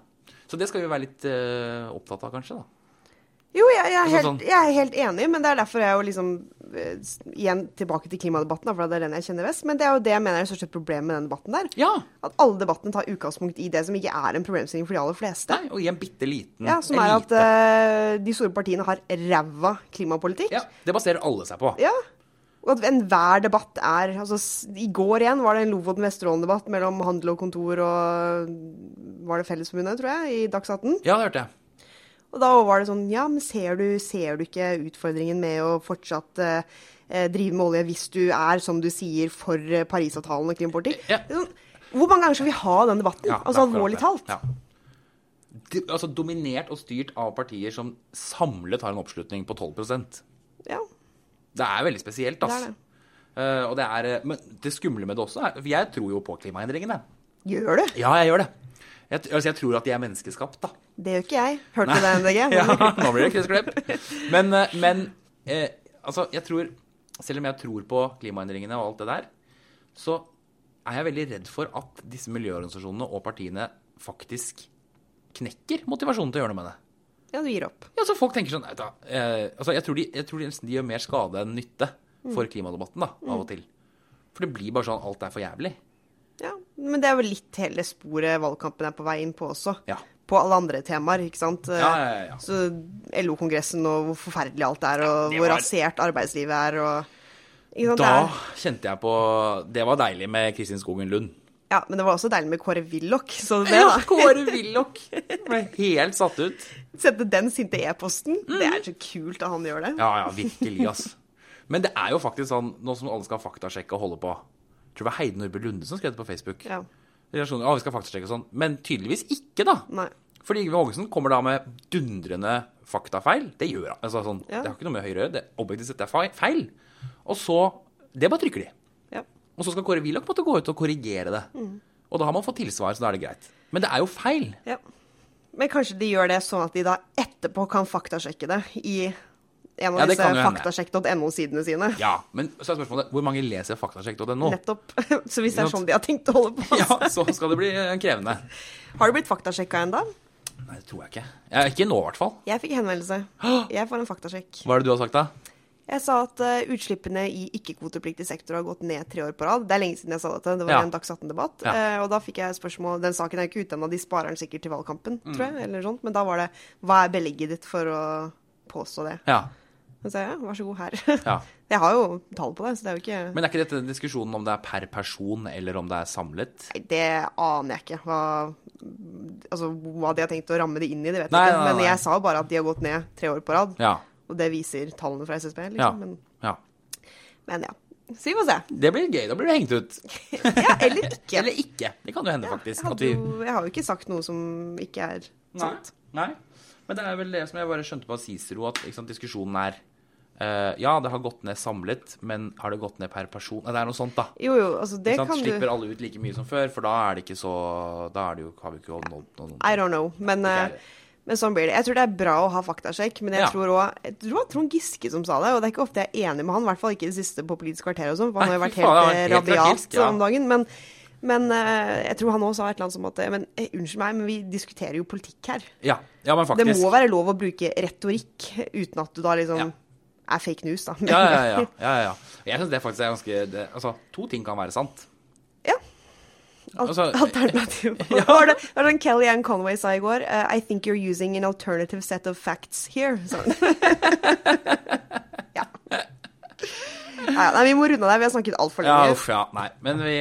Speaker 2: Så det skal vi være litt eh, opptatt av, kanskje, da.
Speaker 1: Jo, jeg, jeg, er
Speaker 2: Altså,
Speaker 1: helt,
Speaker 2: sånn-
Speaker 1: jeg er helt enig, men det er derfor jeg jo liksom eh, s- Igjen tilbake til klimadebatten, da, for det er den jeg kjenner best. Men det er jo det jeg mener er det største problemet med den debatten der.
Speaker 2: Ja!
Speaker 1: At alle debattene tar utgangspunkt i det som ikke er en problemstilling for de aller fleste.
Speaker 2: Nei, og i en bitte liten
Speaker 1: Ja, Som er at
Speaker 2: elite.
Speaker 1: eh, de store partiene har ræva klimapolitikk.
Speaker 2: Ja, det baserer alle seg på.
Speaker 1: eh, Ja. Og at enhver debatt er altså, s- I går igjen var det en Lofoten-Vesterålen-debatt mellom handel og kontor og Var det Fellesforbundet, tror jeg, i Dagsnytt 18.
Speaker 2: Ja, det hørte jeg.
Speaker 1: Og da var det sånn Ja, men ser du, ser du ikke utfordringen med å fortsatt eh, eh, drive med olje hvis du er, som du sier, for eh, Parisavtalen og klimapolitikk?
Speaker 2: Ja.
Speaker 1: Det er Sånn, hvor mange ganger skal vi ha den debatten?
Speaker 2: Ja,
Speaker 1: altså
Speaker 2: det er akkurat
Speaker 1: alvorlig
Speaker 2: det.
Speaker 1: talt.
Speaker 2: Ja. De, altså dominert og styrt av partier som samlet har en oppslutning på 12
Speaker 1: Ja.
Speaker 2: Det er veldig spesielt,
Speaker 1: er
Speaker 2: altså.
Speaker 1: det.
Speaker 2: Eh, og det er, eh, men det skumle med det også er for Jeg tror jo på klimaendringene.
Speaker 1: Gjør du?
Speaker 2: Ja, jeg gjør det. Jeg, t- altså, jeg tror at de er menneskeskapt, da.
Speaker 1: Det gjør ikke jeg. Hørte du det, MDG?
Speaker 2: ja, nå blir det kryssklipp. Men, eh, men eh, altså, jeg tror Selv om jeg tror på klimaendringene og alt det der, så er jeg veldig redd for at disse miljøorganisasjonene og partiene faktisk knekker motivasjonen til å gjøre noe med det.
Speaker 1: Ja, du gir opp.
Speaker 2: Ja, så folk tenker sånn «Nei, da, eh, altså, jeg, tror de, jeg tror de nesten de gjør mer skade enn nytte for klimadebatten, da, av og til. For det blir bare sånn alt er for jævlig.
Speaker 1: Ja, Men det er jo litt hele sporet valgkampen er på vei inn på også.
Speaker 2: Ja.
Speaker 1: På alle andre temaer, ikke sant.
Speaker 2: Ja, ja, ja, ja.
Speaker 1: Så LO-kongressen og hvor forferdelig alt er, og
Speaker 2: det
Speaker 1: hvor
Speaker 2: var-
Speaker 1: rasert arbeidslivet er, og ikke sant,
Speaker 2: Da
Speaker 1: det er-
Speaker 2: kjente jeg på Det var deilig med Kristin Skogen Lund.
Speaker 1: Ja, men det var også deilig med Kåre Willoch, så det,
Speaker 2: Ja,
Speaker 1: da.
Speaker 2: Kåre Willoch ble helt satt ut.
Speaker 1: Sette den sinte e-posten. Det er så kult at han gjør det.
Speaker 2: Ja, ja, virkelig, ass. Men det er jo faktisk sånn, nå som alle skal faktasjekke og holde på Jeg tror det var Heidi Nordby Lunde som skrev det på Facebook.
Speaker 1: Ja.
Speaker 2: Relasjoner, ja, vi skal faktasjekke og sånn. Men tydeligvis ikke, da.
Speaker 1: Nei.
Speaker 2: Fordi Yngve Hågensen kommer da med dundrende faktafeil. Det gjør han. Altså, sånn,
Speaker 1: Ja.
Speaker 2: Det har ikke noe med Høyre å gjøre. Det- Objektivt sett er fei- feil. Og så Det bare trykker de.
Speaker 1: Ja.
Speaker 2: Og så skal Kåre Willoch måtte gå ut og korrigere det.
Speaker 1: Mm.
Speaker 2: Og da har man fått tilsvar, så da er det greit. Men det er jo feil.
Speaker 1: ja. Men kanskje de gjør det sånn at de da etterpå kan faktasjekke det i en av
Speaker 2: Ja, det
Speaker 1: disse
Speaker 2: kan jo hende.
Speaker 1: faktasjekk.no-sidene sine.
Speaker 2: Ja, Men så er spørsmålet hvor mange leser faktasjekk.no?
Speaker 1: Nettopp. Så hvis det er
Speaker 2: Ikke sant?
Speaker 1: sånn de har tenkt å holde på.
Speaker 2: Ja, så skal det bli eh, krevende.
Speaker 1: Har du blitt faktasjekka ennå?
Speaker 2: Nei, det tror jeg ikke. Ja, ikke nå, i hvert fall.
Speaker 1: Jeg fikk henvendelse. Jeg får en faktasjekk.
Speaker 2: Hva er det du har sagt, da?
Speaker 1: Jeg sa at eh, utslippene i ikke-kvotepliktig sektor har gått ned tre år på rad. Det er lenge siden jeg sa dette. Det var
Speaker 2: Ja.
Speaker 1: en Dags 18-debatt.
Speaker 2: Ja.
Speaker 1: Eh, og da fikk jeg spørsmål Den saken er ikke ute ennå, de sparer den sikkert til valgkampen,
Speaker 2: Mm.
Speaker 1: tror jeg. eller sånt. Men da var det Hva er belegget ditt for å påstå det?
Speaker 2: Ja.
Speaker 1: Så sa jeg ja, vær så god her.
Speaker 2: ja.
Speaker 1: jeg har jo tall på det, så det er jo ikke
Speaker 2: Men er ikke dette diskusjonen om det er per person, eller om det er samlet?
Speaker 1: Nei, det aner jeg ikke. Hva, altså, hva de har tenkt å ramme det inn i, det vet jeg
Speaker 2: Nei,
Speaker 1: ikke.
Speaker 2: nei,
Speaker 1: Men
Speaker 2: nei.
Speaker 1: jeg sa jo bare at de har gått ned tre år på rad.
Speaker 2: Ja.
Speaker 1: Og det viser tallene fra SSB, liksom.
Speaker 2: Ja.
Speaker 1: Men,
Speaker 2: ja.
Speaker 1: men ja. Så vi får se.
Speaker 2: Det blir gøy. Da blir du hengt ut.
Speaker 1: Ja, eller ikke.
Speaker 2: Eller ikke. Det kan jo hende,
Speaker 1: Ja,
Speaker 2: faktisk.
Speaker 1: Jeg,
Speaker 2: At
Speaker 1: hadde
Speaker 2: vi...
Speaker 1: jo, jeg har jo ikke sagt noe som ikke er
Speaker 2: Nei.
Speaker 1: sant.
Speaker 2: Nei. Men det er vel det som jeg bare skjønte på Cicero, at ikke sant, diskusjonen er eh, Ja, det har gått ned samlet, men har det gått ned per person? Nei, det er noe sånt, da.
Speaker 1: Jo, jo, altså det
Speaker 2: Ikke sant?
Speaker 1: kan du
Speaker 2: Slipper alle ut like mye som før, for da er det ikke så Da er det jo, har vi ikke nådd noen
Speaker 1: I don't know. Men,
Speaker 2: Ikke
Speaker 1: eh,
Speaker 2: heller.
Speaker 1: men sånn blir det. Jeg tror det er bra å ha faktasjekk, men jeg
Speaker 2: Ja.
Speaker 1: tror òg Jeg tror det var Trond Giske som sa det, og det er ikke ofte jeg er enig med han, i hvert fall ikke i det siste på Politisk kvarter og sånn, for han
Speaker 2: Nei,
Speaker 1: har jo vært
Speaker 2: fy faen,
Speaker 1: helt,
Speaker 2: han
Speaker 1: eh,
Speaker 2: er helt krakilsk,
Speaker 1: rabiat
Speaker 2: ja.
Speaker 1: om dagen. Men, men eh, jeg tror han òg sa et eller annet som at eh, Men eh, unnskyld meg, men vi diskuterer jo politikk her.
Speaker 2: Ja, ja, men faktisk.
Speaker 1: Det må være lov å bruke retorikk uten at du da liksom
Speaker 2: Ja.
Speaker 1: er fake news, da.
Speaker 2: Ja, ja, ja. ja, ja, ja. Jeg syns det faktisk er ganske det, Altså, to ting kan være sant.
Speaker 1: Ja. Al-
Speaker 2: Altså,
Speaker 1: alternativ. Hva var det hva var det Kelly Ann Conway sa i går? Eh, I think you're using an alternative set of facts here. sa hun. ja. Ja, ja, nei, vi må runde av der. Vi har snakket altfor
Speaker 2: Ja,
Speaker 1: lenge.
Speaker 2: uff, ja. Nei. Men vi,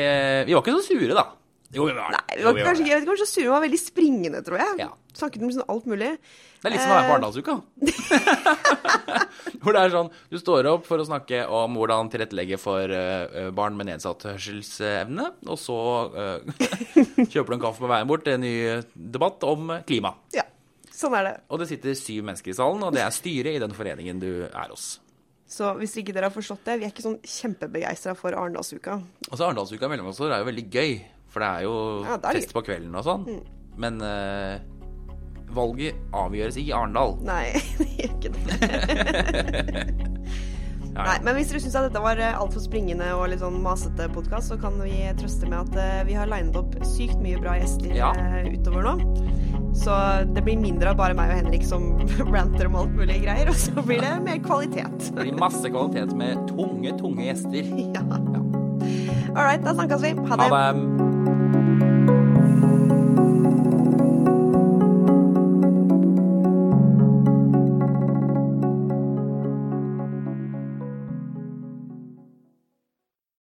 Speaker 2: vi var ikke så sure, da. Jo, vi var
Speaker 1: nei, vi
Speaker 2: Jo,
Speaker 1: var kanskje, ikke- jeg vet ikke, kanskje Sure var veldig springende, tror jeg.
Speaker 2: Ja.
Speaker 1: Snakket om sånn alt mulig.
Speaker 2: Det er litt som å være på
Speaker 1: Eh,
Speaker 2: Arendalsuka. Hvor det er sånn Du står opp for å snakke om hvordan tilrettelegge for eh, barn med nedsatt hørselsevne, og så eh, kjøper du en kaffe på veien bort til en ny debatt om klima.
Speaker 1: Ja, sånn er det.
Speaker 2: Og det sitter syv mennesker i salen, og det er styret i den foreningen du er hos.
Speaker 1: Så hvis ikke dere har forstått det, vi er ikke sånn kjempebegeistra for Arendalsuka.
Speaker 2: Altså Arendalsuka mellomgangsår er jo veldig gøy, for det er jo
Speaker 1: Ja, det er gøy. Mm.
Speaker 2: fest på kvelden og sånn. Men eh, valget avgjøres ikke i Arendal.
Speaker 1: Nei, det gjør ikke det.
Speaker 2: Ja,
Speaker 1: Nei,
Speaker 2: ja.
Speaker 1: men hvis dere syns dette var altfor springende og litt sånn masete podkast, så kan vi trøste med at eh, vi har linet opp sykt mye bra gjester
Speaker 2: Ja.
Speaker 1: eh, utover nå. Så det blir mindre av bare meg og Henrik som ranter om alt mulig greier, og så blir det mer kvalitet.
Speaker 2: Det blir masse kvalitet med tunge, tunge gjester.
Speaker 1: Ja.
Speaker 2: Ja.
Speaker 1: All right, da snakkes vi. Ha det.
Speaker 2: Ha det.